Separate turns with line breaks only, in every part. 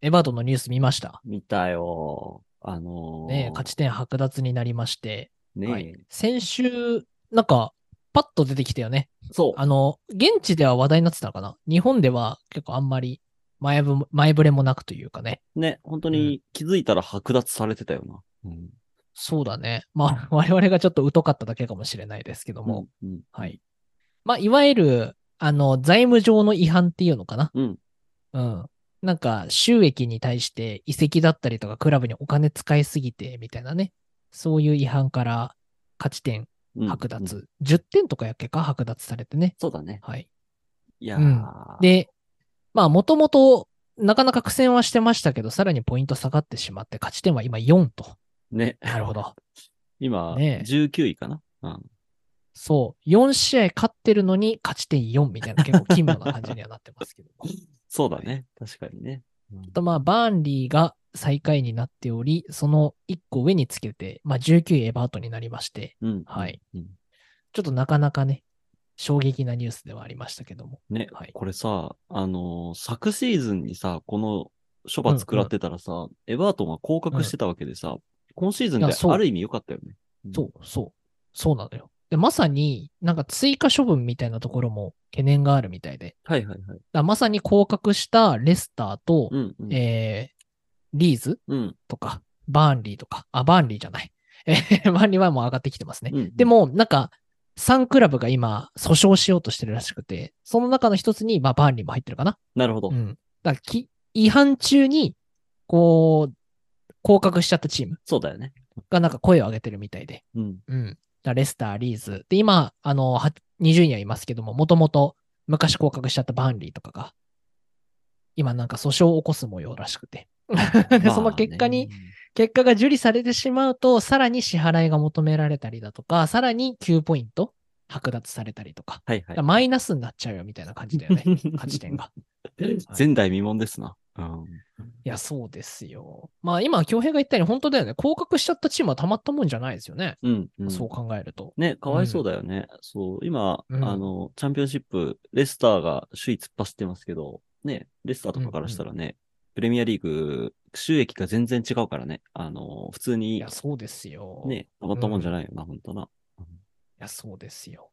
エバートンのニュース見ました。
見たよ。あのー
ねえ、勝ち点剥奪になりまして、
ねえ
はい先週、なんか、パッと出てきたよね。
そう。
あの、現地では話題になってたのかな日本では結構あんまり前ぶも前触れもなくというかね。
ね、本当に気づいたら剥奪されてたよな。うん。
そうだね。まあ、我々がちょっと疎かっただけかもしれないですけども。
う、ん。
はい。まあ、いわゆる、あの、財務上の違反っていうのかな
うん。
うん。なんか、収益に対して移籍だったりとか、クラブにお金使いすぎて、みたいなね。そういう違反から、勝ち点
うん
剥
うん
奪。10点とかやっけか剥奪されてね。
そうだね。
はい。
いや
うん
ー、
で、まあ、もともと、なかなか苦戦はしてましたけど、さらにポイント下がってしまって、勝ち点は今4と。
ね、
なるほど。
今、
ねえ
19位かな。うん。
そう。4試合勝ってるのに、勝ち点4みたいな、結構奇妙な感じにはなって ますけど。
そうだね。確かにね。うん
と、まあ、バーンリーが最下位になっており、その1個上につけて、まあ、19位エバートンになりまして、
うん。
はい。
うん
ちょっとなかなかね、衝撃なニュースではありましたけども。
ね、
はい
これさ、あのー昨シーズンにさ、この処罰食らってたらさ、エバートンは降格してたわけでさ、今シーズ
い
ンで
やそう
ある意味良かったよね。うん
そう、そう、そうなのよ。で、まさになんか追加処分みたいなところも懸念があるみたいで、
はいはいはい。
だまさに降格したレスターと、
うん、うん。
えー、リーズ
うん。
とか、バーンリーとか、あ、バーンリーじゃない。えーバーンリーはもう上がってきてますね。
うん
で、も、なんか、3クラブが今、訴訟しようとしてるらしくて、その中の一つに、まあ、バーンリーも入ってるかな。
なるほど。
うん。だからき、違反中に、こう、降格しちゃったチーム
そうだよね。
がなんか声を上げてるみたいで。
うん。
うん。だからレスター、リーズ。で、今、あの、は20位にはいますけども、もともと昔降格しちゃったバーンリーとかが、今なんか訴訟を起こす模様らしくて。 で その結果に、
まあね
結果が受理されてしまうと、さらに支払いが求められたりだとか、さらに9ポイント剥奪されたりとか、
はい はい。、
マイナスになっちゃうよみたいな感じだよね 勝ち点が。
前代未聞ですな。うん。
いや、そうですよ。まあ今、京平が言ったように、本当だよね。降格しちゃったチームはたまったもんじゃないですよね。
うん、うん。
そう考えると。
ね、かわいそうだよね。そう、今、
うん
あの、チャンピオンシップ、レスターが首位突っ走ってますけど、ね、レスターとかからしたらね、プレミアリーグ、収益が全然違うからね、あの、普通
い
に
や、、そうですよ。
ね、たまったもんじゃないよな、ほんとな。
いや、そうですよ。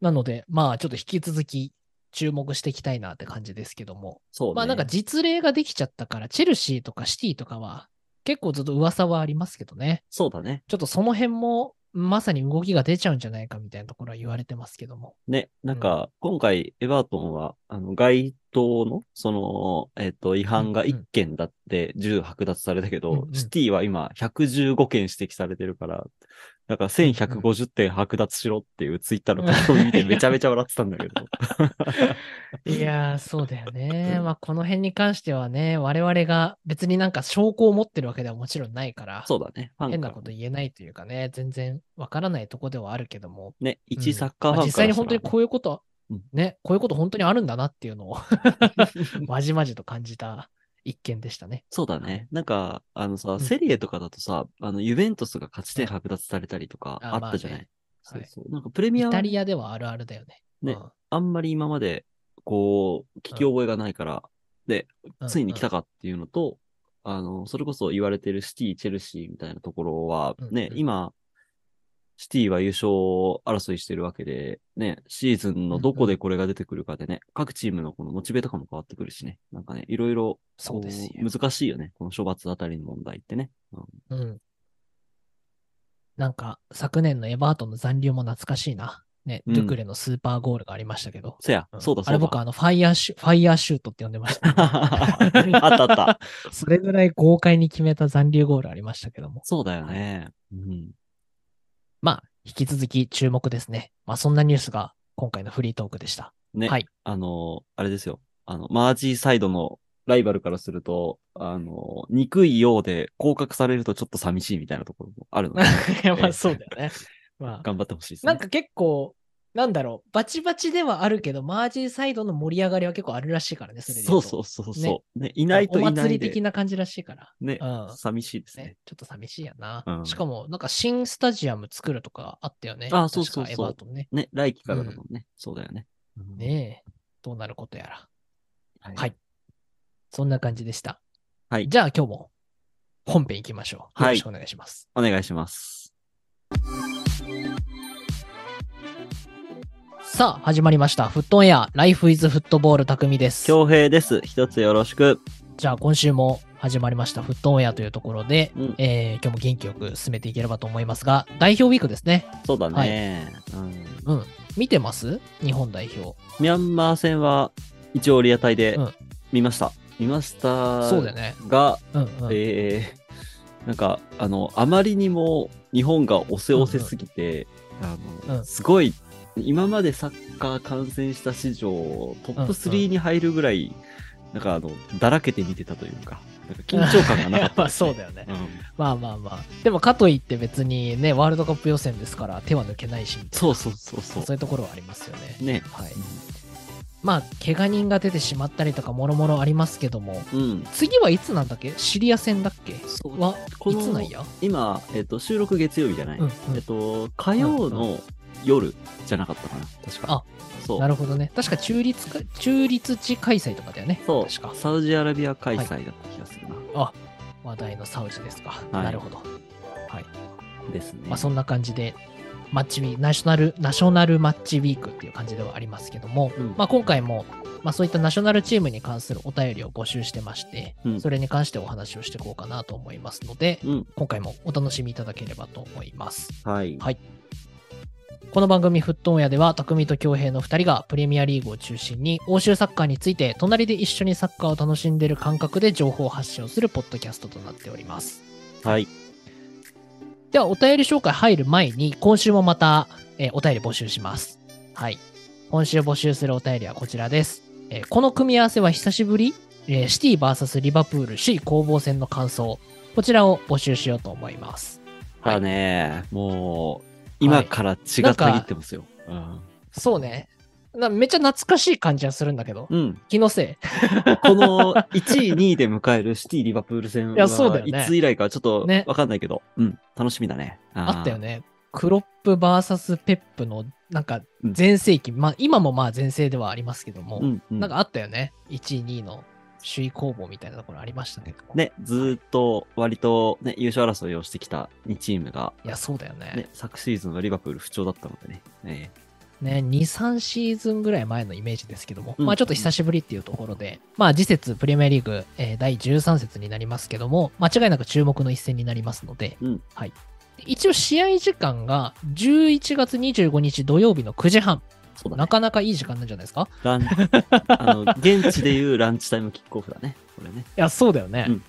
なので、まあちょっと引き続き注目していきたいなって感じですけども。
そうね。
まあなんか実例ができちゃったから、チェルシーとかシティとかは結構ずっと噂はありますけどね。
そうだね。
ちょっとその辺もまさに動きが出ちゃうんじゃないかみたいなところは言われてますけども。
ね、なんか、今回、エバートンは、あの、街頭の、その、えっ、と、違反が
うんうん
1件だって、10剥奪されたけど、
うんうん
シティは今、115件指摘されてるから、なんか、1150点剥奪しろっていうツイッターの書き込み見 て、
うん
めちゃめちゃ笑ってたんだけど。
いやー、そうだよね。 まあこの辺に関してはね、我々が別になんか証拠を持ってるわけではもちろんないから、
そうだね。ファン
変な
か
こと言えないというかね、全然わからないとこではあるけども。
ら。ね、
う
一
ん
サッカ
ま
ーフ
あ
ァン
実
から
際に
した
本当
ら
にこういうこと、
うん
ね、こういうこと本当にあるんだなっていう のをまじまじと感じた一件でしたね。
そうだね。なんか、あのさ、
ん
セリエとかだとさ、あの、ユベントスが勝ち点剥奪されたりとか、
あ
あったじゃ
まあ
ない
ね。
そ
は
う
い
そう。なんか、プレミ
イ
ア
タ
は
リアではあるあるだよね。
ね
うん
あんまり今まで、こう、聞き覚えがないから、ついに来た
か。
かっていうのと、あの、それこそ言われてるシティ、チェルシーみたいなところは、
うん
ね、
うん
今、シティは優勝争いしてるわけで、ね、シーズンのどこでこれが出てくるかでね、各チームのこのモチベとかも変わってくるしね、なんかね、いろいろ、
そうです
こ
よ。
う難しいよね、この処罰あたりの問題ってね。うん
うん。なんか、昨年のエバートンの残留も懐かしいな。ね、
うん
ドゥクレのスーパーゴールがありましたけど。
そや、
ん
そうだ
あ
そうだ。
れ僕、あの、ファイヤーシュ、ファイヤーシュートって呼んでました。
あったあった。
それぐらい豪快に決めた残留ゴールありましたけども。
そうだよね。うん。
まあ、引き続き注目ですね。まあ、そんなニュースが今回のフリートークでした。
ね、
はい
あの、あれですよ。あの、マージーサイドのライバルからすると、あの、憎いようで降格されるとちょっと寂しいみたいなところもあるので、
いや、まあ、そうだよね。まあ、
頑張ってほしいですね。
なんか結構、なんだろう、バチバチではあるけど、マージーサイドの盛り上がりは結構あるらしいからね、それで言
そう
と
そうそうそう、ねいないとい
お
な
祭
い
り的
で、
な感じらしいから。
ね、
うん
寂しいですね
ね、ちょっと寂しいやな。
うん
しかも、なんか新スタジアム作るとかあったよね。
あそうそうそう
確かエバートンね。
ね、来季からだもんね。そうだよね。うん
ねえ、どうなることやら。
はい
はいそんな感じでした。
はい
じゃあ今日も本編行きましょう。よ
はい
ろしくお願いします。
お願いします。
さあ、始まりました。フットオンエア、ライフイズフットボール匠です。
恭平です。一つよろしく。
じゃあ今週も始まりました。フットオンエアというところで、
うん
えー今日も元気よく進めていければと思いますが、代表ウィークですね。
そうだね。う
う
ん。
ん。見てます日本代表。
ミャンマー戦は一応リアタイで
うん
見ました。見ました。
そうだよね。
が、
うんうん。
えーなんか、あの、あまりにも日本が押せ押せすぎて、あの、
うん
すごい、今までサッカー観戦した史上、トップ3に入るぐらい、なんかあの、だらけて見てたというか、なんか緊張感がなかっ た
まあ
です
そ
ね、
うだよね。
うん
まあまあまあ。でもかといって別にね、ワールドカップ予選ですから手は抜けないし、みたい
そうそうそうそ
なそういうところはありますよね。
う。ね。
はい。まあ、怪我人が出てしまったりとか、もろもろありますけども、
うん。
次はいつなんだっけシリア戦だっけ
そう
は、
こ
い
の
つなんや
今、えっと、収録月曜日じゃない、
うんうん
えっと、火曜の夜じゃなかったかな、確か。そう。
なるほどね。確か中立か、中立地開催とかだよね。
そう。
確か。
サウジアラビア開催だった気がするな。
話題のサウジですか。
はい
なるほど。はい。
ですね。
まあ、そんな感じで、マッチウィーナショナル、ナショナルマッチウィークっていう感じではありますけども、
うん
まあ、今回も、まあ、そういったナショナルチームに関するお便りを募集してまして、
うん
それに関してお話をしていこうかなと思いますので、
うん。
今回もお楽しみいただければと思います。
はい。
はいこの番組、フットオンエアでは、匠と恭平の2人がプレミアリーグを中心に、欧州サッカーについて、隣で一緒にサッカーを楽しんでいる感覚で情報発信をするポッドキャストとなっております。
はい。
では、お便り紹介入る前に、今週もまた、えーお便り募集します。はい。今週募集するお便りはこちらです。えーこの組み合わせは久しぶり、えーシティ VS リバプール首位攻防戦の感想。こちらを募集しようと思います。はい
だね、もう、今から血がたぎってますよ。
そうね。なめっちゃ懐かしい感じはするんだけど、
うん。うん。
気のせ
この1位、2位で 迎えるシティ・リバプール戦
いやそうだよ
は、
ね
いつ以来かちょっと
ね
わかんないけど、うん。楽しみだね。
あったよ
ね。
ね。クロップ VS ペップの、なんか、全盛期、まあ、今もまあ全盛ではありますけども、
うん、うん。
なんかあったよね。1位、2位の首位攻防みたいなところありましたけども。
ね、ずーっと割と、ね、優勝争いをしてきた2チームが、
いや、そうだよね。
ね、昨シーズンはリバプール不調だったのでね。ね
ね、2、3シーズンぐらい前のイメージですけども、
うん
まあちょっと久しぶりっていうところで、まあ次節プレミアリーグ、えー第13節になりますけども、間違いなく注目の一戦になりますので、
うん
はい。一応試合時間が11月25日土曜日の9時半、
そうだ
な
ね。
かなかいい時間なんじゃないですか
ランあの現地でいうランチタイムキックオフだね。これね。
いや、そうだよね。
うん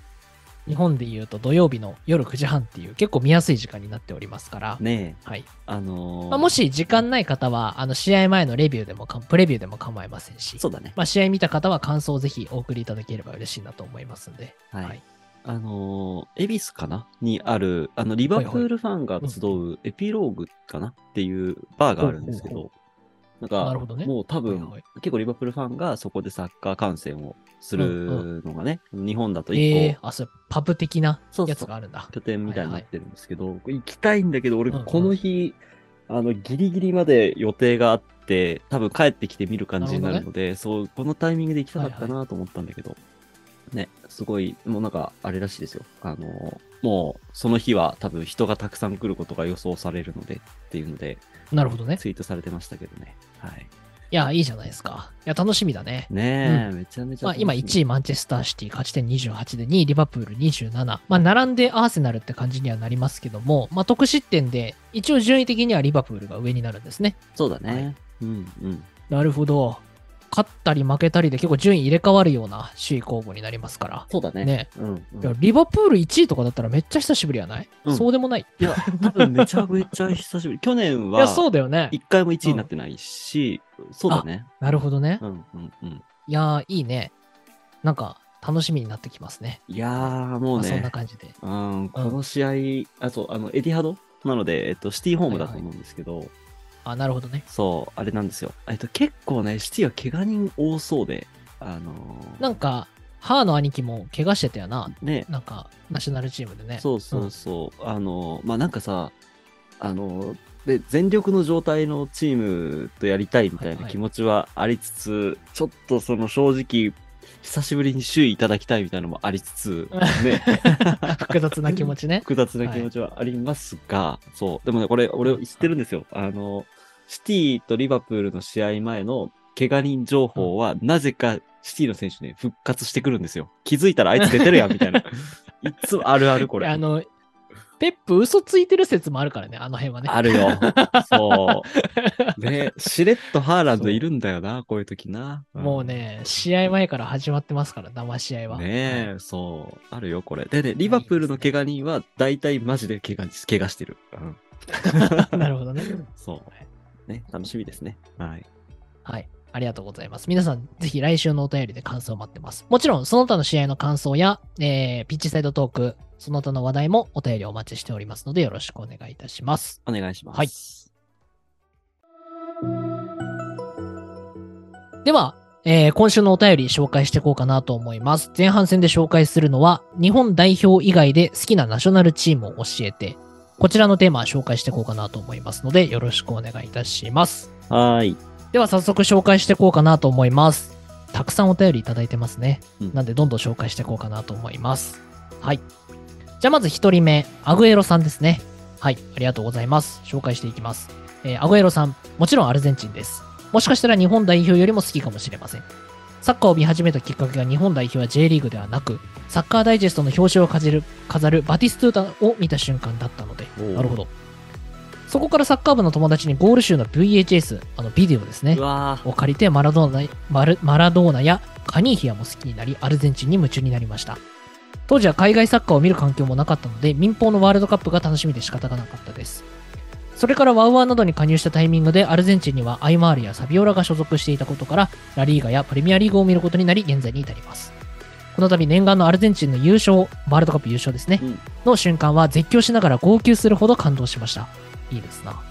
日本で言うと土曜日の夜9時半っていう結構見やすい時間になっておりますから、
ねえ、
はい。
あのー
まあ、もし時間ない方は、あの試合前のレビューでもか、プレビューでも構いませんし、
そうだね。
まあ、試合見た方は感想をぜひお送りいただければ嬉しいなと思いますんで。
はい。
はい
あのー、恵比寿かなにある、あの、リバプールファンが集うエピローグかなっていうバーがあるんですけ
ほ
ど、なん
な
か
るほど、ね
もう多
はい
分
はい、
結構リバプールファンがそこでサッカー観戦をす
うん
るのがね、日本だと
え
1
えー、あ、そう、パブ的な
そうそう
やつがあるんだ
個。拠点みたいになってるんですけど、行きたいんだけど、俺
うんうん
この日、あの、ギリギリまで予定があって、多分帰ってきて見る感じになるので、そう、このタイミングで行きたかったなと思ったんだけど、ね、すごい、もうなんか、あれらしいですよ。あの、もう、その日は多分人がたくさん来ることが予想されるのでっていうので、
なるほどね。
ツイートされてましたけどね。はい。
いや、いいじゃないですか。いや、楽しみだね。
ねえ、めちゃめちゃ
まあ、
楽しみ。
今1位マンチェスターシティ勝ち点28で2位リバプール27。まあ、並んでアーセナルって感じにはなりますけども、まあ、得失点で一応順位的にはリバプールが上になるんですね。
そうだ
は
ね。うんうん。
なるほど。勝ったり負けたりで結構順位入れ替わるような首位候補になりますから。
そうだね。
ね
うん、うん
いや、リバプール1位とかだったらめっちゃ久しぶりやない、
うん
そうでもない。
いや、多分めちゃめちゃ久しぶり。去年
いや、
は、
そうだよね。
一回も1位になってないし、そうだね。
なるほどね
う。んうんうん。
いやー、いいね。なんか、楽しみになってきますね。
いやー、も
ま
う
あ、そんな
ね、
感じで。
うん、この試合、あ、そう、あの、エディハドなので、えっと、シティホームだと思うんですけど、
あ、なるほどね。
そう、あれなんですよ。えっと、結構ね、シティは怪我人多そうで、あのー
なんか、ハーの兄貴も怪我してたよな。
ね、
なんか、ナショナルチームでね。
そうそうそう、あのーまあ、なんかさ、あのーで全力の状態のチームとやりたいみたい
はい
な
はい
気持ちはありつつ、ちょっとその正直久しぶりに周囲いただきたいみたいなのもありつつ、 ね
複雑な気持ちね。
複雑な気持ちはありますが、そう。でもね、これ、俺知ってるんですよ。あの、シティとリバプールの試合前の怪我人情報は、なぜかシティの選手ね、復活してくるんですよ。気づいたらあいつ出てるやん、みたいな。 いつもあるあ る、これ。
あの、ペップ嘘ついてる説もあるからね、あの辺はね。
ある よ。そう。ね、しれっとハーランドいるんだよな、こういう時な。ん
もうね、試合前から始まってますから、騙し合いは。
ねえ、そう。あるよ、これ。でね、リバプールの怪我人は、大体マジで怪我怪我してる。うん、
なるほどね。
そう。ね、楽しみですね。はい。
はい。ありがとうございます。皆さん、ぜひ来週のお便りで感想を待ってます。もちろん、その他の試合の感想や、えー、ピッチサイドトーク、その他の話題もお便りお待ちしておりますので、よろしくお願いいたします。
お願いします。
はいでは、えー今週のお便り紹介していこうかなと思います。前半戦で紹介するのは、日本代表以外で好きなナショナルチームを教えて、こちらのテーマを紹介していこうかなと思いますので、よろしくお願いいたします。
はーい。
では早速紹介していこうかなと思います。たくさんお便りいただいてますね。
うん
なんでどんどん紹介していこうかなと思います。はい。じゃあまず1人目、アグエロさんですね。はい、ありがとうございます。紹介していきます。えーアグエロさん、もちろんアルゼンチンです。もしかしたら日本代表よりも好きかもしれません。サッカーを見始めたきっかけが日本代表は J リーグではなく、サッカーダイジェストの表紙を飾る飾るバティストゥータを見た瞬間だったので、
おう
なるほど。そこからサッカー部の友達にゴール集の VHS、あのビデオですね
う、わー
を借りてマラドーナマルマラドーナやカニーヒアも好きになりアルゼンチンに夢中になりました当時は海外サッカーを見る環境もなかったので民放のワールドカップが楽しみで仕方がなかったですそれからワウワウなどに加入したタイミングでアルゼンチンにはアイマールやサビオラが所属していたことからラリーガやプレミアリーグを見ることになり現在に至りますこの度念願のアルゼンチンの優勝ワールドカップ優勝ですね、
うん
の瞬間は絶叫しながら号泣するほど感動しましたいいですな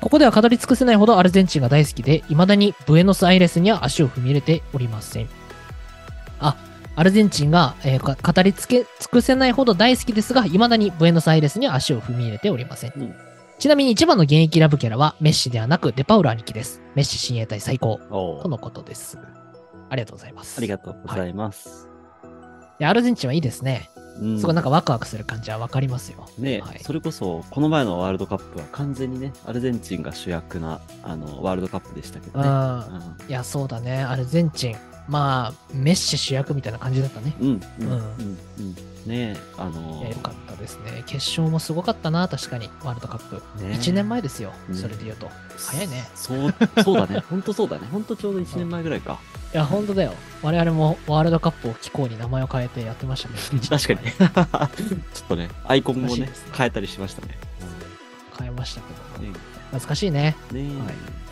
ここでは語り尽くせないほどアルゼンチンが大好きで、未だにブエノスアイレスには足を踏み入れておりません。あ、アルゼンチンが、えーか語りつけ尽くせないほど大好きですが、未だにブエノスアイレスには足を踏み入れておりません。
うん
ちなみに一番の現役ラブキャラはメッシではなくデパウロ兄貴です。メッシ親衛隊最高
おう
とのことです。ありがとうございます。
ありがとうございます。
いやアルゼンチンはいいですね。
うん
すごいなんかワクワクする感じはわかりますよ。
ね、
はい
それこそ、この前のワールドカップは完全にね、アルゼンチンが主役な、あの、ワールドカップでしたけど
う
ね。
ん。いや、そうだね。アルゼンチン。まあ、メッシ主役みたいな感じだったね。
うん、うん、うん、
う
うんん。うんねあの
いやよかったですね。決勝もすごかったな、確かに、ワールドカップ。
ね
1年前ですよ、
うん
それで言うと。早いね。
そう、そうだね。ほんとそうだね。ほんとちょうど1年前ぐらいか。
いや、本当だよ。我々もワールドカップを機構に名前を変えてやってましたね。
確かに。ちょっとね、アイコンも
懐かしい
ね
ですね、
変えたりしましたね。
変えましたけども。
ね
懐かしいね。
ね
はい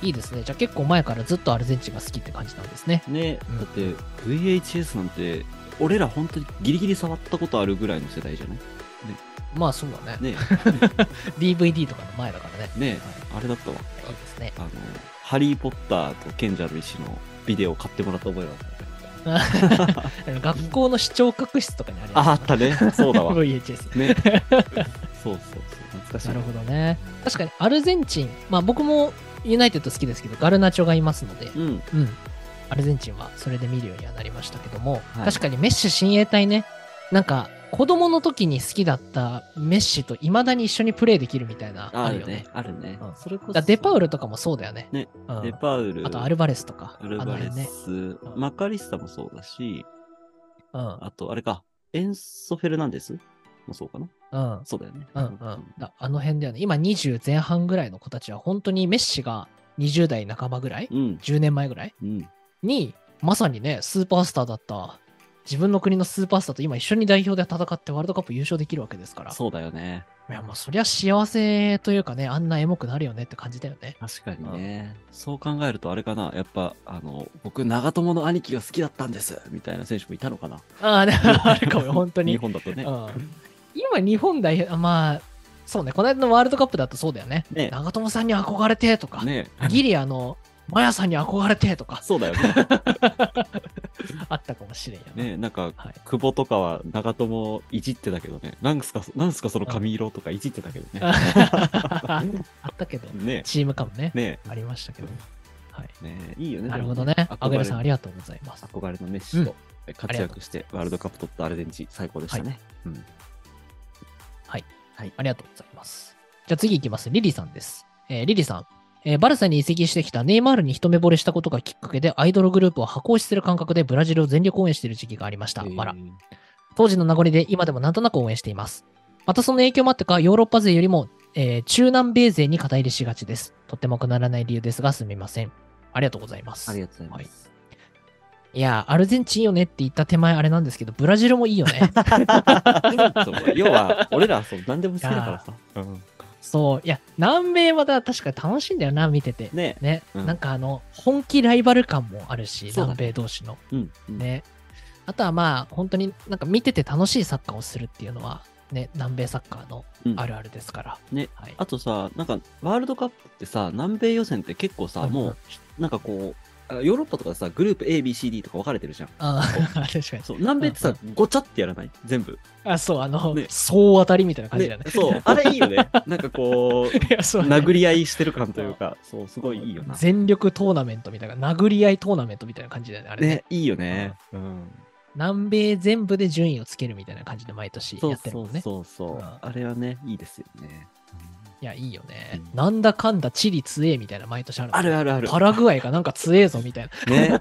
いいですね。じゃあ結構前からずっとアルゼンチンが好きって感じなんですね。
ね
うん
だって VHS なんて、俺ら本当にギリギリ触ったことあるぐらいの世代じゃない
まあそうだね。
ね
DVD とかの前だからね。
ねあれだったわ。
いいですね。
あの、ハリー・ポッターと賢者の石のビデオを買ってもらった覚えが
学校の視聴覚室とかにあり
ある。あ、あ
ます
っ
ね
たね。そうだわ。ね
VHS。
そうそうそう。懐かしい。
なるほどね。確かにアルゼンチン、まあ僕もユナイテッド好きですけど、ガルナチョがいますので、
うん。
うん、アルゼンチンはそれで見るようにはなりましたけども、
はい
確かにメッシ親衛隊ね、なんか子供の時に好きだったメッシと未だに一緒にプレーできるみたいな、あ
あ
る
る
よ
ね
ね。。
あるね
う。ん
それこ
だか
そ。
らデパウ
ル。
ルとかもそうだよね。
ね
うん
デパウル。
あとアルバレスとか、
アル
あの
バレ
辺ね。
ス、マカリスタもそうだし、
うん
あと、あれか、エンソ・フェルナンデスもそうかな。
うん
そうだよね。
うんうん、だあの辺だよね。今20前半ぐらいの子たちは本当にメッシが20代半ばぐらい、
うん。
10年前ぐらい
うん。
に、まさにね、スーパースターだった、自分の国のスーパースターと今一緒に代表で戦ってワールドカップ優勝できるわけですから、
そうだよね。
いやもうそりゃ幸せというかね、あんなエモくなるよねって感じだよね。
確かにね。そう考えると、あれかな。やっぱ、あの、僕、長友の兄貴が好きだったんですみたいな選手もいたのかな。
ああ、ね あるかもよ、本当に。
日本だとね
う。ん、今、日本代表、あまあ、そうね、この間のワールドカップだとそうだよね。
ね
長友さんに憧れてとか、
ね
ギリあの、マヤさんに憧れてとか、
そうだよね。
あったかもしれんよね。
ねなんか、
はい、
久保とかは長友をいじってたけどね。なんすか、なんすかその髪色とかいじってたけどね。
ああったけど、
ね
チーム感もね、
ね
ありましたけど。はい。
ねいいよね。
なるほどね。アグレさん、ありがとうございます。
憧れのメッシと活躍して、ワールドカップ取ったアルゼンチン、最高でしたね。うん。
ありがとうございます。じゃあ次いきます。リリさんです。えーリリさん。えーバルサに移籍してきたネイマールに一目惚れしたことがきっかけでアイドルグループを箱押しする感覚でブラジルを全力応援している時期がありました。わら
え。ー
当時の名残で今でもなんとなく応援しています。またその影響もあってか、ヨーロッパ勢よりも、えー中南米勢に肩入れしがちです。とってもくならない理由ですが、すみません。ありがとうございます。
ありがとうございます。
いやー、アルゼンチンいいよねって言った手前あれなんですけど、ブラジルもいいよね。
そう要は、俺らはそう何でも好きだからさ。うん
そう。いや、南米はだ確かに楽しいんだよな、見てて。
ね
ね、
うん
なんかあの、本気ライバル感もあるし、
そうだね
南米同士の。
うん。うん
ね。あとはまあ、本当になんか見てて楽しいサッカーをするっていうのは、ね、南米サッカーの
うん
あるあるですから。
ね
はい。
あとさ、なんか、ワールドカップってさ、南米予選って結構さ、
うん
もう、なんかこう、あヨーロッパとかさ、グループ A、B、C、D とか分かれてるじゃん。
あ ー確かに。
そう、南米ってさ、ごちゃってやらない全部。
あ、そう、あの、
ね
総当たりみたいな感じだ
ね
よね。
そう、あれいいよね。なんかこ う、
いや そうね
殴り合いしてる感というか、 そう、すごいいいよな。
全力トーナメントみたいな、殴り合いトーナメントみたいな感じだよね、あれね
ね、いいよね。うん。
南米全部で順位をつけるみたいな感じで毎年
そ
や
う
ってる
そ
も
うん
ね。。
そうそううんあれはね、いいですよね。
いや、いいよね。
うん
なんだかんだチリ強えみたいな毎年あるの
あるあるある。
パラグアイがなんか強えぞみたいな。
ね。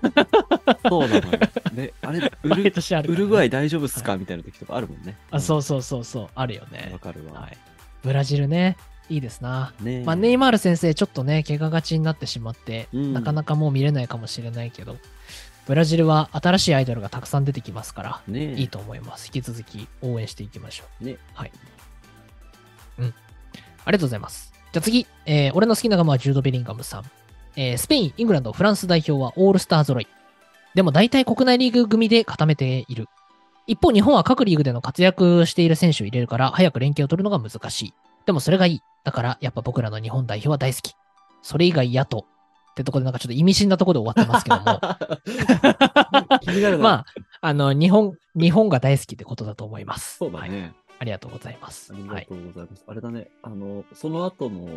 そうなのよ。ね、あれ、ウル
毎年ある、
ウルグア
イ。
イ大丈夫っすかみたいな時とかあるもんね。
あ、
う
そうそうそうそう、あるよ
ん。わ
ね。
かる
は
わ。
い。ブラジルね、いいですな。
ね
まあ、ネイマール先生、ちょっとね、怪我がちになってしまって、
うん
なかなかもう見れないかもしれないけど、ブラジルは新しいアイドルがたくさん出てきますから、
ね
いいと思います。引き続き応援していきましょう。
ね。
はい。うん。ありがとうございます。じゃあ次、えー俺の好きなガムはジュード・ベリンガムさん。えースペイン、イングランド、フランス代表はオールスター揃い。でも大体国内リーグ組で固めている。一方、日本は各リーグでの活躍している選手を入れるから、早く連携を取るのが難しい。でもそれがいい。だから、やっぱ僕らの日本代表は大好き。それ以外やと。ってとこで、なんかちょっと意味深なところで終わってますけども。
気にな るな。
まあ、あの、日本、日本が大好きってことだと思います。
そうだ
はい。
ね。
ありがとうございます。
あり
は
が
い。
とうございます。あれだね、あの、その後の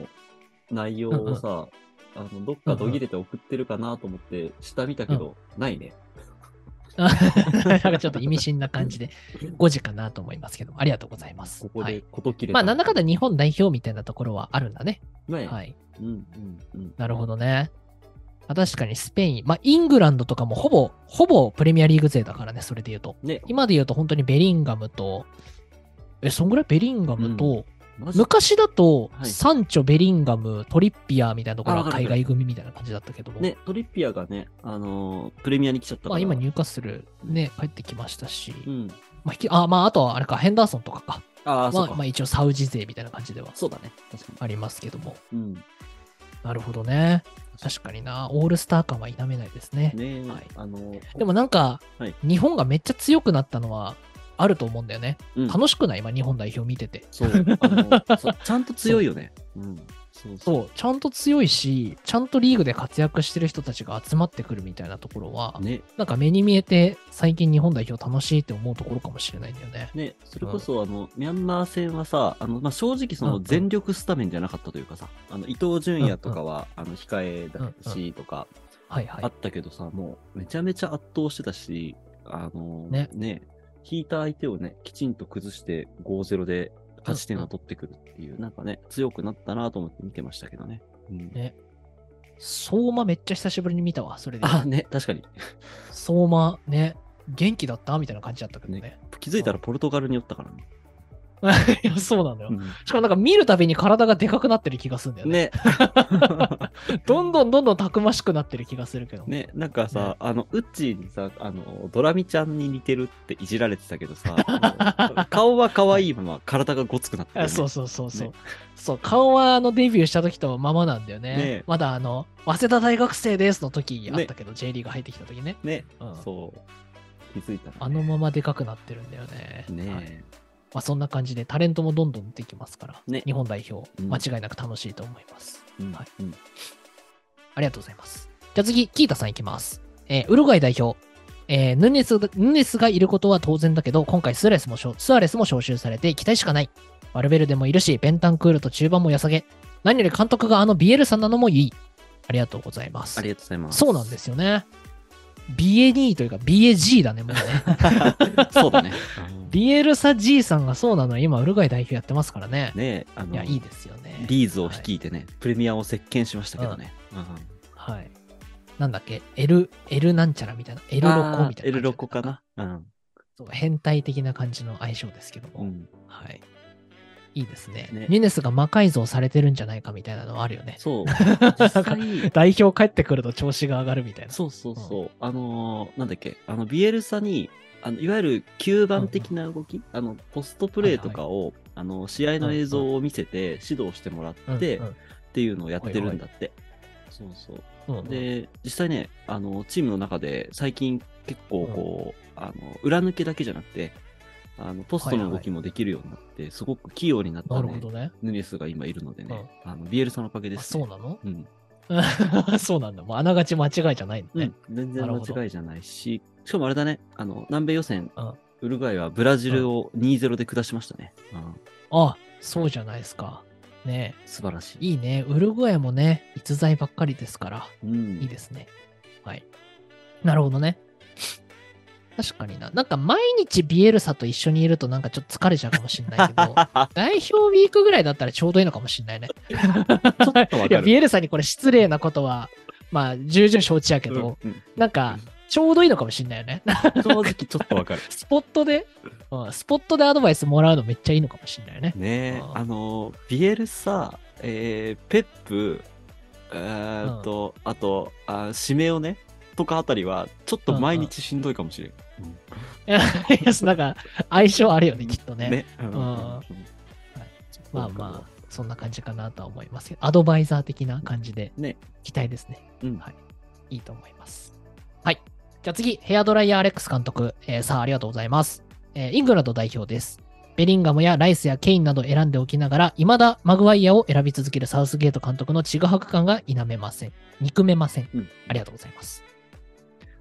内容をさ、あのどっか途切れて送ってるかなと思って、下見たけど、ないね。
なんかちょっと意味深な感じ で、5時かなと思いますけども、ありがとうございます。
ここ
は
で
い、
こと切れ
ま
た
あ、なんだかんだ日本代表みたいなところはあるんだね。
ね
はい。
うんうんうん。
なるほどね。まあ確かにスペイン、まあ、イングランドとかもほぼ、ほぼプレミアリーグ勢だからね、それで言うと。
ね、
今で言うと本当にベリンガムと、え、そんぐらいベリンガムと、
マジ
昔だと、
はい
サンチョ、ベリンガム、トリッピアーみたいなところ
あ
は
わかる
海外組みたいな感じだったけども、
ね、トリッピアがね、あのープレミアに来ちゃったから。
まあ今入荷するね、帰ってきましたし、
うん。
まあ、引きあまああとはあれか、ヘンダーソンとかか、
ああ、
ま
そう
あ、
か、
まあ一応サウジ勢みたいな感じでは
そうだね。確か
ありますけども、
に。うん。ね
なるほどね。確かにな、オールスター感は否めないですね。
え、
はい
あのー
でもなんか、
はい
日本がめっちゃ強くなったのはあると思うんだよね。
うん
楽しくない今、日本代表見てて。
そう、あの、 そうちゃんと強いよね。うん。そうそう。
そう、ちゃんと強いし、ちゃんとリーグで活躍してる人たちが集まってくるみたいなところは、
ね、
なんか目に見えて、最近日本代表楽しいって思うところかもしれないんだよね。
ね、それこそ、あの、ミャンマー戦はさ、あの、まあ、正直そ
うんう
の
ん
全力スタメンじゃなかったというかさ、あの、伊東純也とかは、あの、控えだったし、とか、
はいはい
あっ。たけどさ、もう、めちゃめちゃ圧倒してたし、あの、
ね
ね、引いた相手をね、きちんと崩して5-0で勝ち点を取ってくるっていう、なんかね、強くなったなと思って見てましたけどね。うん
ね相馬めっちゃ久しぶりに見たわ、それで。
あ、ね、確かに。
相馬ね、元気だったみたいな感じだったけどね。
気づいたらポルトガルに寄ったからね。
いやそうなんだよ。
うん
しかもなんか見るたびに体がでかくなってる気がするんだよね。
ね。
どんどんどんどんたくましくなってる気がするけど。
ね、なんかさ、あの、うっちーにさ、あの、ドラミちゃんに似てるっていじられてたけ どさ、顔は可愛いまま体がごつくなってる、
あ
ね。
そうそうそうそう。
ね
そう、顔はあのデビューした時とままなんだよね。
ね
まだあの、早稲田大学生ですの時あったけど、J リーが入ってきた時ね。
ね、
うん
そう。気づいたら、
あのままでかくなってるんだよね。はい
ね
まあ、そんな感じでタレントもどんどんできますから、
ね
日本代表、
うん
間違いなく楽しいと思います。
うん
はい
うん
ありがとうございます。じゃあ次、キータさんいきます。えーウルグアイ代表。えーヌネス、ヌネスがいることは当然だけど、今回スアレスも招、スアレスも招集されて期待しかない。バルベルデもいるし、ベンタンクールと中盤も良さげ。何より監督があのビエルさんなのもいい。ありがとうございます
あ。りがとうございます。
そうなんですよね。BAD というか BAG だね、もうね。
そうだね。
ビエルサ G さんがそうなのは今、ウルグアイ代表やってますからね。
ねえ、あの、
いや、いいですよね。
リーズを率いてね、プレミアを席巻しましたけどね。うん
はい。なんだっけ、L、L なんちゃらみたいな、L ロコみたいな。
エルロコか。な。うん。
そう変態的な感じの相性ですけども。
うん
はい。いいですね
ね
ニュネスが魔改造されてるんじゃないかみたいなのはあるよね。
そう。 実際、
代表帰ってくると調子が上がるみたいな。
そうそうそう。あのーなんだっけ、あの、ビエルサに、あのいわゆる吸盤的な動き、あの、ポストプレーとかを、あの、試合の映像を見せて指導してもら
うん
って、っていうのをやってるんだって。そうそう。
うんうん
で、実際ね、あの、チームの中で最近結構こう、あの、裏抜けだけじゃなくて、あの、ポストの動きもできるようになって、すごく器用になった
なる
ね
ほ、どね。
ヌニエスが今いるのでね、あの、ビエルさんのおかげで
あ
す、
そ
ね。
うなの
うん。
そうなんだ。もうあながち間違いじゃないの
う
ね
ん。、全
な
然
るほど
間違いじゃないし、しかもあれだね、あの、南米予選
うん、
ウルグアイはブラジルを2-0で下しましたね。うん、
あ、そうじゃないですか。ね
素晴らしい。
いいね。ウルグアイもね、逸材ばっかりですから、
うん
いいですね。はい。なるほどね。確かにな。なんか毎日ビエルサと一緒にいるとなんかちょっと疲れちゃうかもしれないけ ど、代表ウィークぐらいだったらちょうどいいのかもしれないね。
ちょっとわかる
いや、ビエルサにこれ失礼なことは、まあ、重々承知やけど、
うんうん
なんか、ちょうどいいのかもしれないよね。
正直ちょっとわ かる。
スポットで、うん、スポットでアドバイスもらうのめっちゃいいのかもしれないね。
ねえ、
うん
あの、ビエルさ、えー、ペップ、えーっと、あと、あシメオね、とかあたりは、ちょっと毎日しんどいかもしれん。
いや、なんか、相性あるよね、きっとね。
ね。うん
んまあ
そうか
まあ、そんな感じかなとは思いますけど、アドバイザー的な感じで、
ね
期待ですね。
うん
はい。いいと思います。はい。じゃあ次、ヘアドライヤーアレックス監督、えーさあ、ありがとうございます。えーイングランド代表です。ベリンガムやライスやケインなど選んでおきながら、未だマグワイアを選び続けるサウスゲート監督のちぐはぐ感が否めません。憎めません。
うん
ありがとうございます。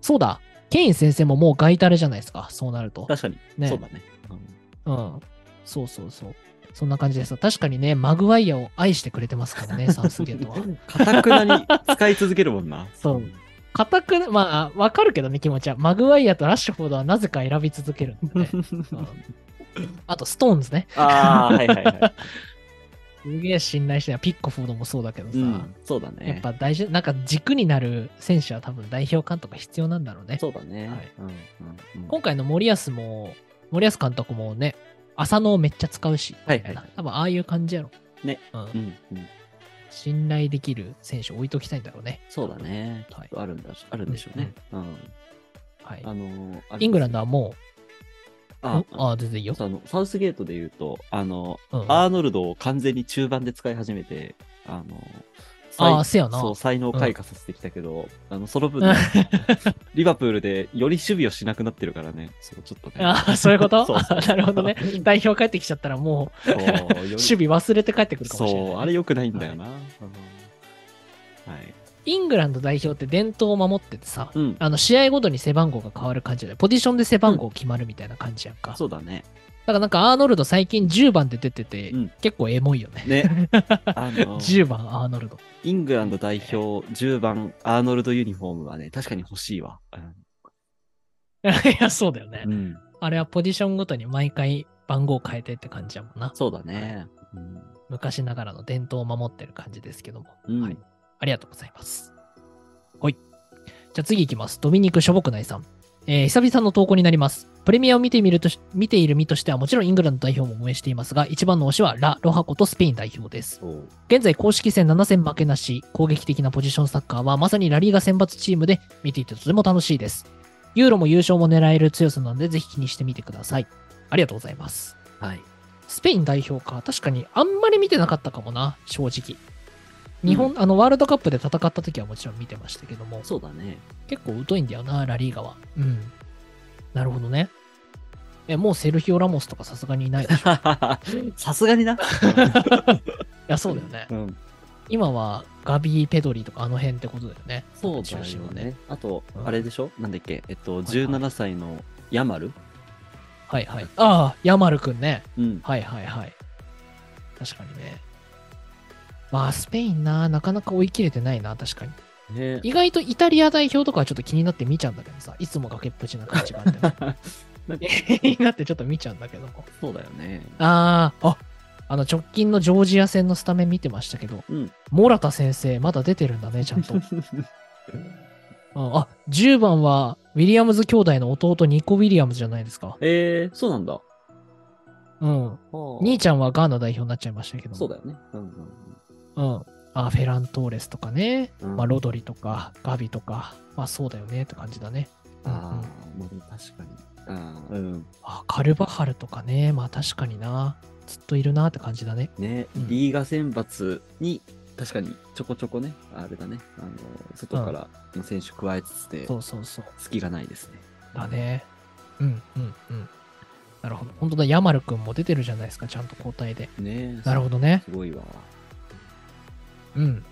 そうだ、ケイン先生ももうガイタレじゃないですか、そうなる と。
確かに、
ね
そうだね。うん
うん。そうそうそう。そんな感じです。確かにね、マグワイアを愛してくれてますからね、 サウスゲ ートは。
かたくなに使い続けるもんな。
そう固くな、まあ、わかるけどね、気持ちは。マグワイアとラッシュフォードはなぜか選び続けるん でね。うんあと、ストーンズね。
ああ、はいはいはい。
すげえ信頼してるピッコフォードも そうだけどさ、
うん、そうだね。
やっぱ大事、なんか軸になる選手は多分代表監督必要なんだろうね。
そうだね。
はい
うんうんうん
今回の森保も、森保監督もね、浅野をめっちゃ使うし、
はいはいはい
多分ああいう感じやろ。
ね。
うん
うんうん
信頼できる選手を置いときたいんだろうね。
そうだね。
はい
きっとあるんだし、あるんでしょうね。うん。
はい。
あのー、
イングラン
ド。
ドはもう、
あ
ん、あ全然いいよ。
あの、サウスゲートで言うと、あの、
うん
アーノルドを完全に中盤で使い始めて、あの、才
ああ、せやな。
そう、
う
才能を開花させてきたけど、あの、その 分ね、リバプールでより守備をしなくなってるからね、そう、ちょっとね。
ああ、そういうこと
そうそう
なるほどね。代表帰ってきちゃったらもう、
そう、より
守備忘れて帰ってくるかもしれない。
そう、あれ良くないんだよな。うんはい。
イングランド代表って伝統を守っててさ、
うん。
あの、試合ごとに背番号が変わる感じだよ。ポジションで背番号決まるみたいな感じやんか。
そうだね。
だからなんか、アーノルド最近10番で出てて、
うん
結構エモいよね。
ね。あの、
10番アーノルド。
イングランド代表10番アーノルドユニフォームはね、確かに欲しいわ。
いや、そうだよね。
うん。うん
あれはポジションごとに毎回番号変えてって感じやもんな。
そうだね。うん
昔ながらの伝統を守ってる感じですけども。
うん
はい。ありがとうございます。はい。じゃあ次いきます。ドミニク・しょぼくないさん。えー久々の投稿になります。プレミアを見てみるとし、見ている身としてはもちろんイングランド代表も応援していますが、一番の推しはラ・ロハコとスペイン代表です。
そう
現在公式戦7戦負けなし、攻撃的なポジションサッカーはまさにラリーが選抜チームで見ていてとても楽しいです。ユーロも優勝も狙える強さなのでぜひ気にしてみてください。ありがとうございます。
はい。
スペイン代表か。確かにあんまり見てなかったかもな、正直。日本、あの、ワールドカップで戦った時はもちろん見てましたけども、
そうだね。
結構疎いんだよな、ラリーガは。うん。なるほどね。え、もうセルヒオ・ラモスとかさすがにい ないでしょ。い
さすがにな。
や、 そうだよね
う。ん。
今はガビー・ペドリとかあの辺ってことだよね。
そうだ
中心
よ
は
ね。。あと
う、ん
あれでしょなんだっけえっと、
はいはい
17歳のヤマル
はいはい。ああ、ヤマルくんね。
うん。
はいはいはい。確かにね。まあ、スペインな、なかなか追い切れてないな、確かに。
ね
意外とイタリア代表とかはちょっと気になって見ちゃうんだけどさ、いつも崖っぷちな感じがあってね
なんか
気になってちょっと見ちゃうんだけど。
そうだよね。
ああ、ああの直近のジョージア戦のスタメン見てましたけど、
うん
モラタ先生、まだ出てるんだね、ちゃん と。あ、10番はウィリアムズ兄弟の弟ニコ・ウィリアムズじゃないですか。
えー、そうなんだ。
うん。兄
に
ちゃんはガーナ代表になっちゃいましたけど。
そうだよね。うん
うん。あ、フェラントーレスとかね。
うんうん
まあ、ロドリとか、ガビとか。まあ、そうだよねって感じだね。うんうん
ああ、まあでも確かに。ああ、うん。
あカルバハルとかね。まあ、確かにな。ずっといるなって感じだね。
ね、
うん
リーガ選抜に、確かにちょこちょこね、あれだね、あの、外からの選手加えつつで、
そうそうそう。
隙がないですね。
だね。うんうんうん。なるほど。本当だ、ヤマル君も出てるじゃないですか、ちゃんと交代で。
ね
なるほどね。
すごいわ。
うん。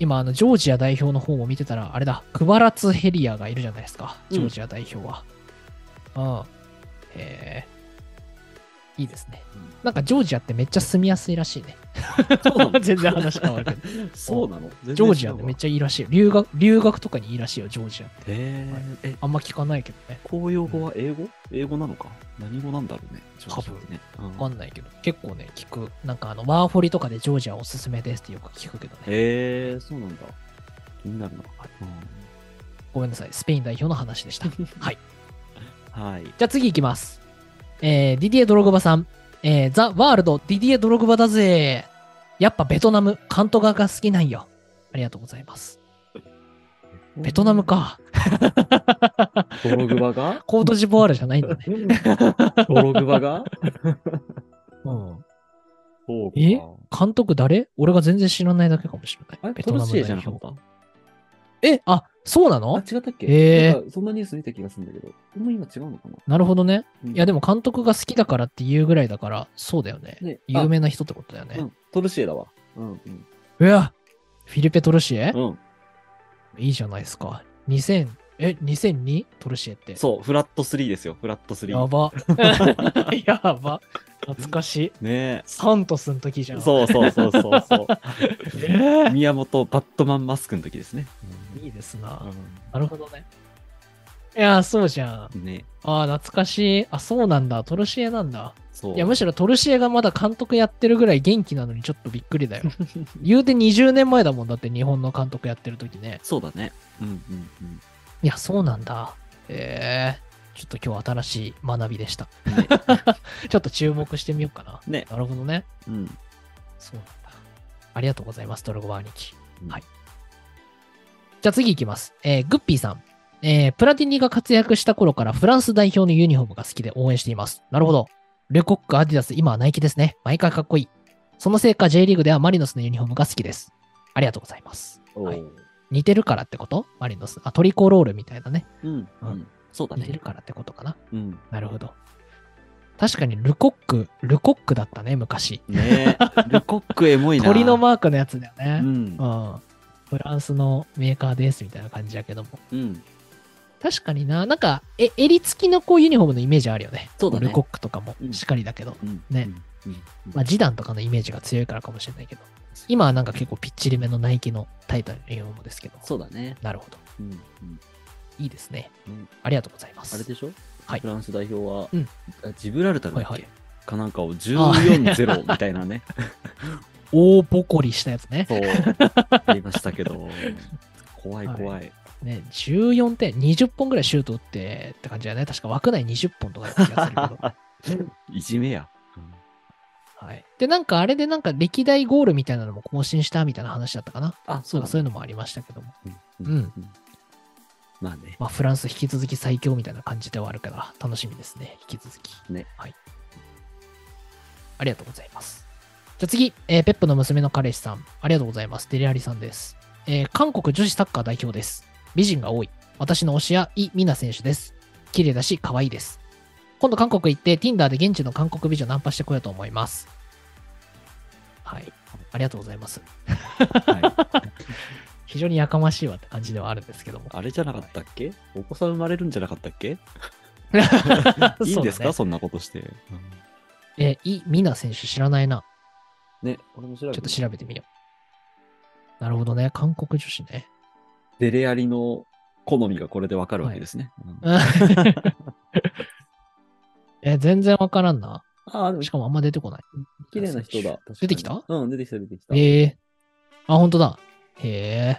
今、あの、ジョージア代表の方を見てたら、あれだ、クバラツヘリアがいるじゃないですか、
うん
ジョージア代表は。うん。へえ。いいですね
うん。
なんか、ジョージアってめっちゃ住みやすいらしいね。
そうな の
全然話変わるけど。
そうなの
ジョージアってめっ
ち
ちゃいいらしいよ。留学、留学とかにいいらしいよ、ジョージアって。
ゃ。へえ、え、
あんま聞かないけどね。
公用語は英語英語なのか何語なんだろうね。ジョージアってね。うん
わかんないけど、結構ね、聞く。なんか、あの、ワーホリとかでジョージアおすすめですってよく聞くけどね。
へえ、そうなんだ。気になるな。うん
ごめんなさい、スペイン代表の話でした。はい。
はい。
じゃあ次行きます。えー、ディディエ・ドログバさん。えー、ザ・ワールド、ディディエ・ドログバだぜ。やっぱベトナム、カントガが好きなんよ。ありがとうございます。ベトナム。か。
ドログバが
コートジボワールじゃないんだね。
ドログバが
うん。
そうか
え監督誰俺が全然知らないだけかもしれ
あ
な
れ
い。ベ
ベト
ト
ナ
ナ
ム
ム
代
代
表じゃなかっ
表。
た
え、あ、そうな
あ、
の
違ったっけ
へー
なんかそんなニュース見た気がするんだけど。もう今違うのかな
なるほどね。
うん
いや、でも監督が好きだからっていうぐらいだから、そうだよね。
ねあ
有名な人ってことだよ
う
ね。
んトルシエだわ。うん。うん
うわ、フィリペ・トルシエ、
うん。
いいじゃないですか。2000、え、2002? トルシエって。
そう、フラット3ですよ。フラット
や
3。
ば。 やば。懐かしい。
ね
サントスの時じゃん。
そうそうそうそうそう。
え
宮本バットマンマスクの時ですね。
ーいいですな。
う
なるほどね。いやー、そうじゃん。あ
んね
あー、懐かしい。あ、そうなんだ。トルシエなんだ。
そう。
いや、むしろトルシエがまだ監督やってるぐらい元気なのにちょっとびっくり だよ。言うて20年前だもんだって日本の監督やってる時ね。
そうだね。うんうんうん。
いや、そうなんだ。ええちょっと今日新しい学びで した。
ね
ちょっと注目してみようかな。
ね
なるほどね。
うん。
そうなんだ。ありがとうございます、ドラゴバ兄貴。
うん
はい。じゃあ次いきます。えーグッピーさん。えープラティニが活躍した頃からフランス代表のユニフォームが好きで応援しています。なるほど。レコック、アディダス、今はナイキですね。毎回かっこいい。そのせいか J リーグではマリノスのユニフォームが好きです。ありがとうございます。
お
はい
ー
似てるからってことマリノス。あ、トリコロールみたいなね。
うんう。
うん
そうだ
似てる
ね。
からってことかな。
うん。
なるほど。確かにルコック、ルコックだったね、昔。
ねルコックエモいな。
鳥のマークのやつだよね。
うん
う。ん、フランスのメーカーですみたいな感じやけども。
うん。
確かにな、なんか、え襟付きのこうユニフォームのイメージあるよね。
そうだね
ルコックとかも
うん
しっかりだけど、
うん
ね。
うんうん
まあ、ジダンとかのイメージが強いからかもしれないけど、今はなんか結構ぴっちりめのナイキのタイタンのユニフォームですけど、
そうだね。
なるほど。
うんうん。
いいですね
うん。
ありがとうございま
あれ
す。
でしょ
はい
フランス代表は
うん、
あジブラルタル
はい
だっ
は
け
い。
かなんか
あ
を14-0みたいな ね。
大ぼこりしたやつね。
そう。ありましたけど。怖い怖い。
ね、14点、20本ぐらいシュート打ってって感じだね。確か枠内20本とかだった気がするけ ど。
いじめや。うん
はい。で、なんかあれでなんか歴代ゴールみたいなのも更新したみたいな話だったかな。
あ、
そう
だ
そういうのもありましたけども。
うん
うん
まあね。
まあ、フランス引き続き最強みたいな感じではあるから、楽しみですね。引き続き。
ね
はい。ありがとうございます。じゃあ次、えーペップの娘の彼氏さん。ありがとうございます。デリアリさんです。えー韓国女子サッカー代表です。美人が多い。私の推しはイ・ミナ選手です。綺麗だし、可愛いです。今度韓国行って Tinder で現地の韓国美女ナンパしてこようと思います。はい。ありがとうございます。
はい
非常にやかましいわって感じではあるんですけども。
あれじゃなかったっけお子さん生まれるんじゃなかったっ けいいんです
そうだね
かそんなことして。
えーイ・ミナ選手知らないな。
ね、俺も調べ
ちょってと調べてみよなるほどね。韓国女子 ね。
デレアリの好みがこれでわかるわけですね。うん
え、全然わからんな。
ああ、でも
しかもあんま出てこない。
綺麗な人だ。確かに
出てきた
うん、出てきた、出てきた。え
ええあ、本当だ。へ
ー。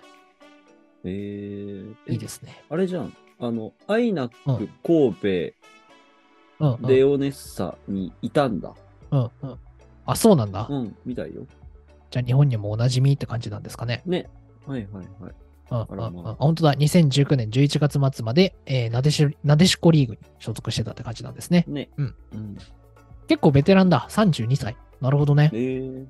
え、いいですすね。
あれじゃん。あの、アイナッ
う
ク神
うん、うん。
戸レオネッサにいたんだ。
うん、うん。あ、そうなんだ。
うん、みたいよ。
じゃあ日本にもおなじみって感じなんですかね。
ね。はいはいはい。
うんうん
あらまあ
うんあ本当だ。2019年11月末まで、えーなでし、なでしこリーグに所属してたって感じなんですね。
ね。
うん。
うん、
結構ベテランだ。32歳。なるほどね。
えー、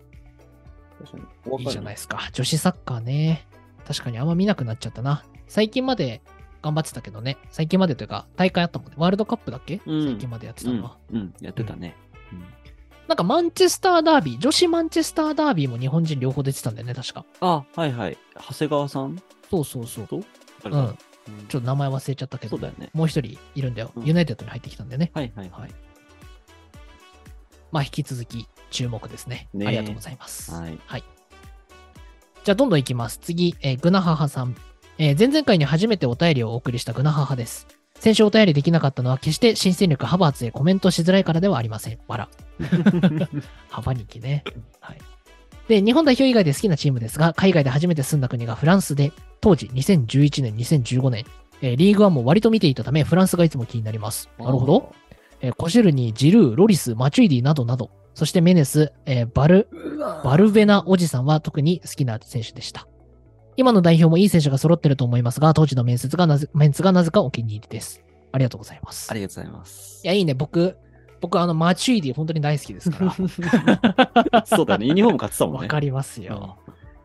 確かに。お若
いいじゃない
い
ですか。女子サッカーね。確かにあんま見なくなっちゃったな。最近まで頑張ってたけどね。最近までというか、大会あったもんね。ワールドカップだっけ、
うん
最近までやってた
う
の
ん
は。、
うん、やってたね。うん
なんかマンチェスターダービー、女子マンチェスターダービーも日本人両方出てたんだよね、確か。
あ、はいはい。長谷川さん
そうそうそう。
と
う
誰
ん。
か
ち
うん
ょっと名前忘れちゃったけ
そ
ど
う、だよね。
もう一人いるんだよ。
うん
ユナイテッドに入ってきたんだよね。
はいはいはい。
まあ、引き続き注目ですね。
ねえ
ありがとうございます。
はい。
じゃあ、どんどんいきます。次、えーグナハハさん。えー前々回に初めてお便りをお送りしたグナハハです。先週お便りできなかったのは、決して新戦力ハバーツへコメントしづらいからではありません。わら。幅にきね。はい。で、日本代表以外で好きなチームですが、海外で初めて住んだ国がフランスで、当時2011年、2015年、えーリーグワンも割と見ていたため、フランスがいつも気になります。なるほど。えーコシェルニー、ジルー、ロリス、マチュイディなどなど、そしてメネス、えーバル、バルベナおじさんは特に好きな選手でした。今の代表もいい選手が揃ってると思いますが、当時の面接がなぜ、メンツがなぜかお気に入りです。ありがとうございます。
あ
い
りがとうございます。
や、いいね。僕、僕、あの、マチュイディ本当に大好きです から。
そうだね。ユニフォーム買ってたもん
わ
ね。
かりますよ。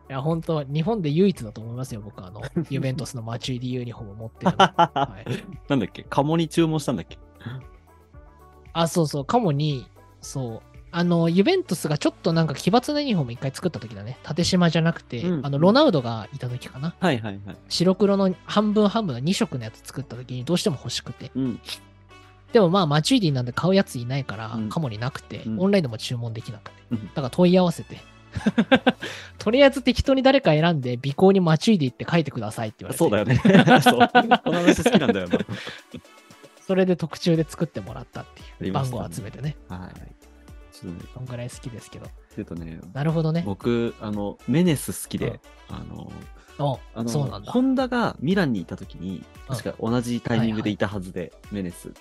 いや、本当日本で唯一だと思いますよ、僕、あの、ユベントスのマチュイディユニフォーム持 ってるの。はい、
なんだっけカモに注文したんだっけ
あ、そうそう、カモに、そう、あの、ユベントスがちょっとなんか奇抜なユニフォーム一回作った時だね。縦縞じゃなくて、
うん
あの、ロナウドがいた時かな。
はいはいはい。
白黒の半分半分の2色のやつ作った時にどうしても欲しくて。
うん。
でもまあ、マチュイディなんで買うやついないから、
うん
カモになくて、
うん
オンラインでも注文できなくて。
うん
だから問い合わせて。 とりあえず適当に誰か選んで、尾行にマチュイディって書いてくださいって言われて。
そうだよね。そうこの話好きなんだよ
それで特注で作ってもらったって
あ
い
り
う
ま
番
したね
号集めてね。
な。はい。ちょっとね、
そんぐらい好きですけど。
ちょっとね、
なるほどね。
僕、あの、メネス好きで、あの、
お
あの
そうなんだ
ホ。ンダがミランにいたときに、
うん
確か同じタイミングでいたはずで、メネス。ミ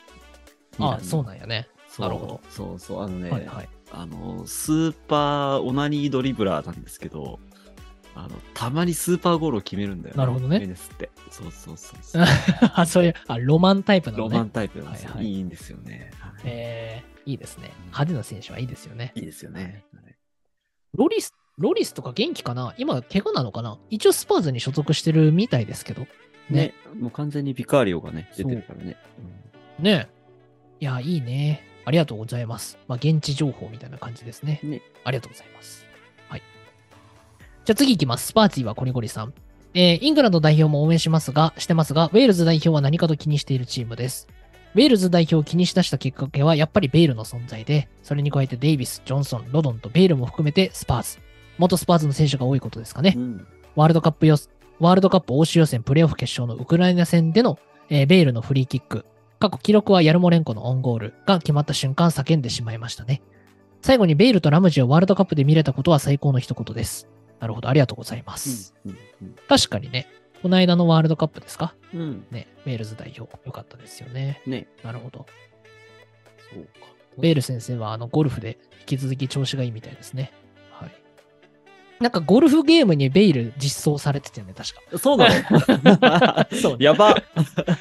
ラ
あ
ンに
そうなんやね。
そう
なるほど
そうそう、あのね、
はいはい。
あの、スーパーオナニードリブラーなんですけど、あの、たまにスーパーゴールを決めるんだよ、
なるほどね
メネスって。そうそうそう そう。
あ、そういう、あ、ロマンタイプなの
ロ
ね。
マンタイプなんですよ。
はい
い
はい
い、んですよね。はい
えーいいですね。派手な選手はいいですよね。
いいですよね。はい
ロリス、ロリスとか元気かな今、怪我なのかな一応スパーズに所属してるみたいですけど。
ね
ね、
もう完全にビカーリオがね、出てるからね。
ねえ。いや、いいね。ありがとうございます。まあ、現地情報みたいな感じですね。
ね
ありがとうございます。はい。じゃあ次行きます。スパーティーはコリゴリさん。えーイングランド代表も応援しますが、してますが、ウェールズ代表は何かと気にしているチームです。ウェールズ代表を気にしだしたきっかけは、やっぱりベイルの存在で、それに加えてデイビス、ジョンソン、ロドンとベイルも含めてスパーズ。元スパーズの選手が多いことですかね
う。ん。
ワールドカップ予ワールドカップ欧州予選プレーオフ決勝のウクライナ戦での、えーベイルのフリーキック、過去記録はヤルモレンコのオンゴールが決まった瞬間叫んでしまいましたね。最後にベイルとラムジーをワールドカップで見れたことは最高の一言です。なるほど、ありがとうございます。
うん。うん
確かにね、この間のワールドカップですか
うん。うん
ね、ウェールズ代表、良かったですよね。
ね。
なるほど。
そうか。
ベイル先生はあのゴルフで引き続き調子がいいみたいですね。はい。なんかゴルフゲームにベイル実装されててね、確か。
そうなの
そう
やば
確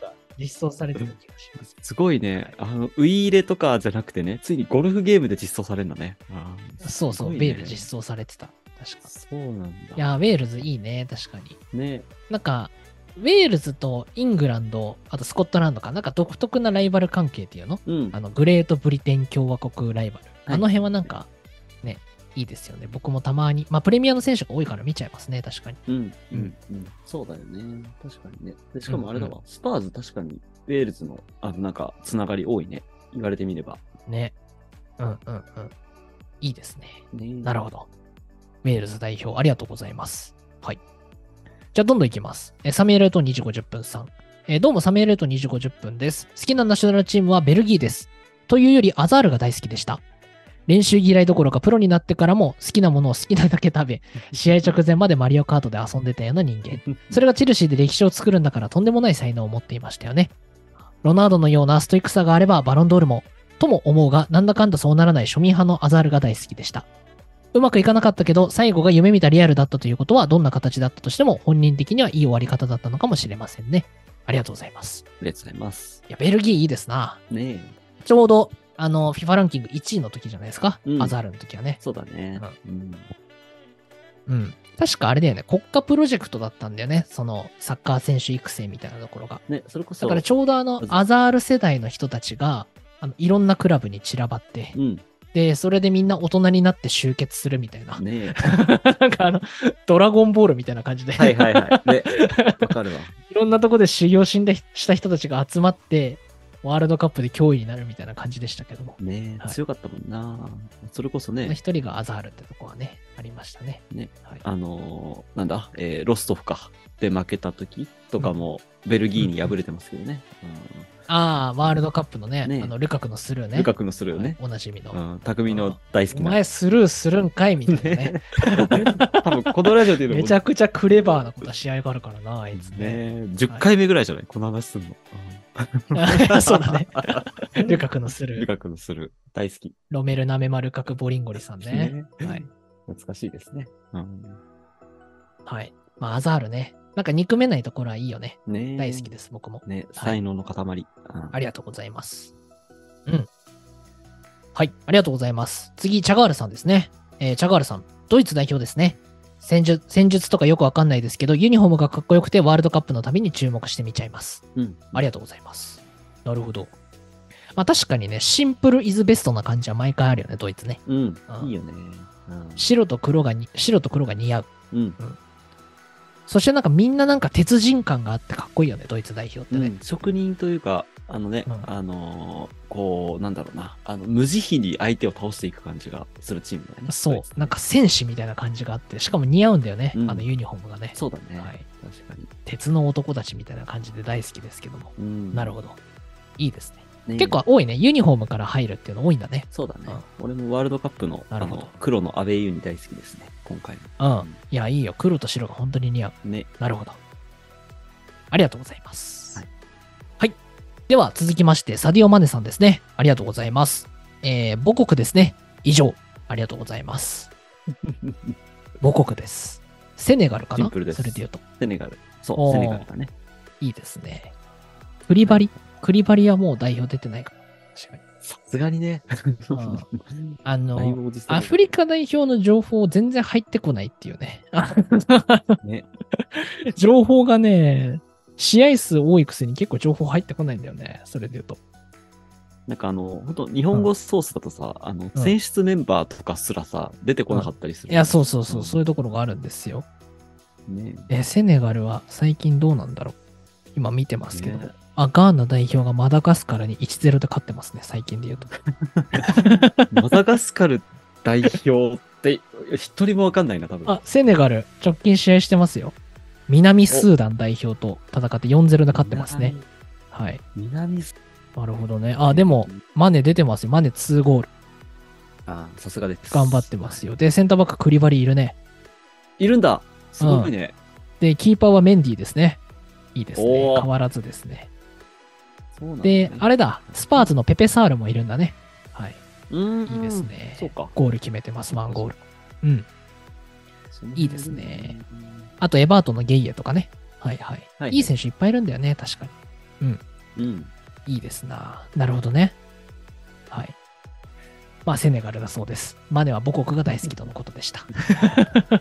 か実装されてる気がします。
すごいね。あの、ウイイレとかじゃなくてね、ついにゴルフゲームで実装されるんだね。あ
そ
ー
うそう、
すごい
ベ
ね
ール実装されてた。確か。
そうなんだ。
いやー、ウェールズいいね、確かに。
ね。
なんか、ウェールズとイングランド、あとスコットランドか、なんか独特なライバル関係っていうの
うん
あ。の、グレートブリテン共和国ライバル。あ
い
の辺はなんか、ね、いいですよね。僕もたまに、まあ、プレミアの選手が多いから見ちゃいますね、確かに。
うん。う
うんん。
うん。そうだよね。確かにね。でしかもあれだわ。スパーズ確かに、ウェールズの、あの、なんか、つながり多いね。言われてみれば。
ね。うんうんうん。いいですね。
ね
なるほど。ウェールズ代表、ありがとうございます。はい。じゃあ、どんどんいきます。えーサミュエルと2時50分さん。えーどうもサミュエルと2時50分です。好きなナショナルチームはベルギーです。というより、アザールが大好きでした。練習嫌いどころかプロになってからも好きなものを好きなだけ 食べ、試合直前までマリオカートで遊んでたような人間。それがチェルシーで歴史を作るんだからとんでもない才能を持っていましたよね。ロナウドのようなストイックさがあればバロンドールも、とも思うが、なんだかんだそうならない庶民派のアザールが大好きでした。うまくいかなかったけど、最後が夢見たリアルだったということは、どんな形だったとしても、本人的にはいい終わり方だったのかもしれませんね。ありがとうございます。
りがとうございます。
いや、ベルギーいいですな。
ねえ、
ちょうど、あの、FIFA ランキング1位の時じゃないですか。
うん
アザールの時はね。
そうだね。うん。
うん。確かあれだよね、国家プロジェクトだったんだよね。その、サッカー選手育成みたいなところが。
ね、それこそ、
だからちょうどあの、アザール世代の人たちが、あのいろんなクラブに散らばって、
うん、
で、それでみんな大人になって集結するみたいな。
ね
なんかあの、ドラゴンボールみたいな感じで、
え。はいはいはい。 ね、わかるわ。
いろんなとこで修行しんだした人たちが集まって、ワールドカップで脅威になるみたいな感じでしたけども。
ね
はい
え、強かったもんな。それこそ
まあ
ね、
一人がアザールってとこはね、ありましたね。
ね
はい、
あのーなんだ、えーロストフか。で負けた時とかも、ベルギーに敗れてますけどね。
ああ、ワールドカップのね、
ね
あのルカクのスルー
うん。
ね。
ルカクのするよ
は
ね。
いおなじみの。
うん。匠の大好
お
きな。
前スルーするんかいみたいなね。
多分このラジオで言う
め
の
ちゃくちゃクレバーなことは試合があるからな、あいつね。
ね、10回目ぐらいじゃない、この話すんの。
そうだ ね。ルカクのス
ル
ルー。
カクのする。大好き。
ロメルナメマルカクボリンゴリさんね。
ね
はい。
懐かしいですね。うん、
はい。まあ、アザールね。なんか憎めないところはいいよね。
ねえ
大好きです、僕も。
ね、才能の塊。うん
ありがとうございます。うん。はい、ありがとうございます。次、チャガールさんですね。えーチャガールさん、ドイツ代表ですね。戦術戦術とかよくわかんないですけど、ユニフォームがかっこよくてワールドカップのために注目してみちゃいます。
うん。
ありがとうございます。なるほど。まあ確かにね、シンプルイズベストな感じは毎回あるよね、ドイツね。
うん
う。ん
いいよね。うん
白と黒がに、白と黒が似合う。
うん。
そしてなんかみんななんか鉄人感があってかっこいいよね、ドイツ代表って
う
ね。
ん、職人というか、あのね、
うん
あのーこう、なんだろうな、あの無慈悲に相手を倒していく感じがするチームだよね。
そう
ドイツ、
なんか戦士みたいな感じがあって、しかも似合うんだよね、
うん
あのユニフォームがね。
そうだね、
はい
確かに。
鉄の男たちみたいな感じで大好きですけども。
うん
なるほど。いいですね。
ね
結構多いね。ユニフォームから入るっていうの多いんだね。
そうだね、俺もワールドカップの
な
あ
るほど
の黒のアベユに大好きですね、今回
うん。
ん
いや、いいよ。黒と白が本当に似合う。
の。ね。
なるほど。ありがとうございます。は
はいい。
では、続きまして、サディオマネさんですね。ありがとうございます。えー、母国ですね。以上。ありがとうござい ます。母国です。セネガルか
シ
な
ンプルです
それで言うと。
セネガル。そ
おー
う、セネガルだね。
いいですね。クリバリクリバリはもう代表出てないから。確かに。
さすがにね。
あ
だい
の、
ぶおじさんだ
ア
けど
フリカ代表の情報全然入ってこないっていうね。あ
ね。
情報がね、試合数多いくせに結構情報入ってこないんだよね。それで言うと。
なんかあの、本当日本語ソースだとさ、あの、選出メンバーとかすらさ、出てこなかったりする。
いや、そうそうそう、
うん
そういうところがあるんですよ。
ね。
え、セネガルは最近どうなんだろう今見てますけど。あ、ガーナ代表がマダガスカルに1-0で勝ってますね。最近で言うと。
マダガスカル代表って、一人もわかんないな、多分。
あ、セネガル、直近試合してますよ。南スーダン代表と戦って4-0で勝ってますね。はい。
南。南ス
なるほどね。あ、でも、マネ出てますよ。マネ2ゴール。
あー、さすがです。
頑張ってますよ。で、センターバッククリバリいるね。
いるんだすごいね。
で、キーパーはメンディーですね。いいですね。
おー
変わらずですね。
そうなんだね
で、あれだ、スパーズのペペサールもいるんだね。はい。
うん
いいですね。
そうか。
ゴール決めてます、ワンゴール。うん。いいですね。あと、エバートンのゲイエとかね。はいはい。、
はいい
い選手いっぱいいるんだよね、確か
うん。
に。いいですな。なるほどね。はい。まあ、セネガルだそうです。マネは母国が大好きとのことでした。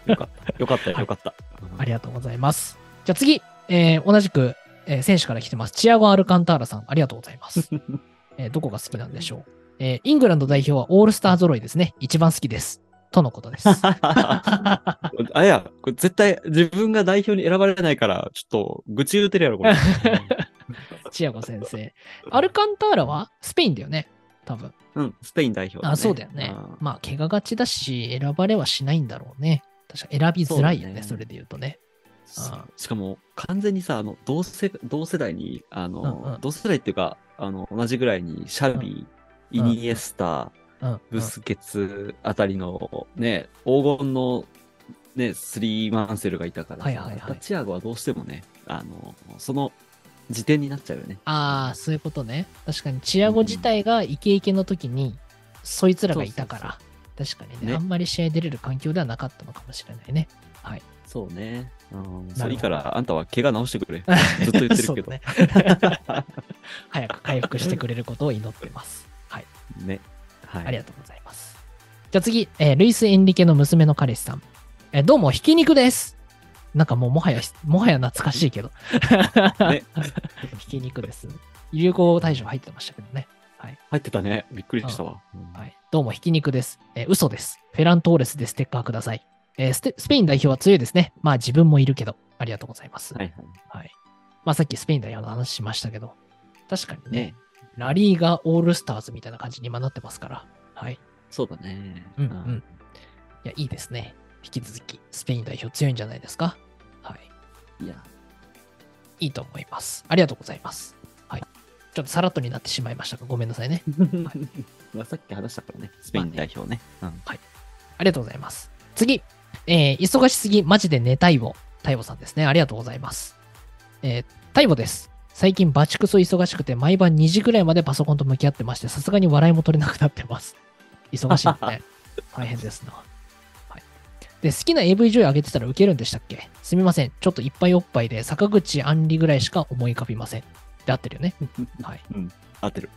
よかった。よかったよ、よかった。
ありがとうございます。じゃあ次、えー同じく、えー選手から来てます。チアゴ・アルカンターラさん、ありがとうござい ます。えーどこが好きなんでしょう、えーイングランド代表はオールスター揃いですね。一番好きです。とのこと です。
あいや、これ絶対自分が代表に選ばれないから、ちょっと愚痴言うてるやろ、こ れ。
チアゴ先生。アルカンターラはスペインだよね。多分。
うん、スペイン代表、
あ、そうだよね。まあ、怪我がちだし、選ばれはしないんだろうね。確か選びづらいよね、
そう
そ
だね
れで言うとね。あ
しかも、完全にさ、あの、同世、同世代に、あの、
うんうん
同世代っていうか、あの、同じぐらいに、シャビ、
うん
イニエスタ、
うんうん。
ブスケツあたりの、ね、黄金の、ね、スリーマンセルがいたからさ、
はいはいはい
やっぱチアゴはどうしてもね、あの、その、時点になっちゃうよね。
ああ、そういうことね。確かに、チアゴ自体がイケイケの時に、そいつらがいたから、確かにね
ね
あんまり試合出れる環境ではなかったのかもしれないね。
そうね。うん、
ど
そういいから、あんたは怪我直してくれ。ずっと言ってるけ ど。
そうね早く回復してくれることを祈ってます。はい、
ね。はい。
ありがとうございます。じゃあ次、えールイス・エンリケの娘の彼氏さん。えーどうも、ひき肉です。なんかもう、もはや、もはや懐かしいけ ど。
ね
ひき肉です。流行大賞入ってましたけどね。
入ってたね。びっくりしたわ。うん
はい、どうも、ひき肉です。えー嘘です。フェラントーレスでステッカーください。えーステスペイン代表は強いですね。まあ自分もいるけど、ありがとうございます。
はいは
はい。まあさっきスペイン代表の話しましたけど、確かに
い。
ね、
ね。
ラリーがオールスターズみたいな感じに今なってますから、はい。
そうだね。
うんうん。いや、いいですね。引き続き、スペイン代表強いんじゃないですか。はい。
う んいや、
いいと思います。ありがとうございます。はい。ちょっとさらっとになってしまいましたが、ごめんなさいね。
まあさっき話したからね、スペイン代表ね。うん
ありがとうございます。次、えー忙しすぎ、マジで寝たいを。タイボさんですね。ありがとうございます。えー、タイボです。最近バチクソ忙しくて、毎晩2時ぐらいまでパソコンと向き合ってまして、さすがに笑いも取れなくなってます。忙しいのね。大変ですな。はい。で、好きな AV 女優あげてたらウケるんでしたっけすみません。ちょっといっぱいおっぱいで、坂口あんりぐらいしか思い浮かびません。で合ってるよね。はい。
合ってる。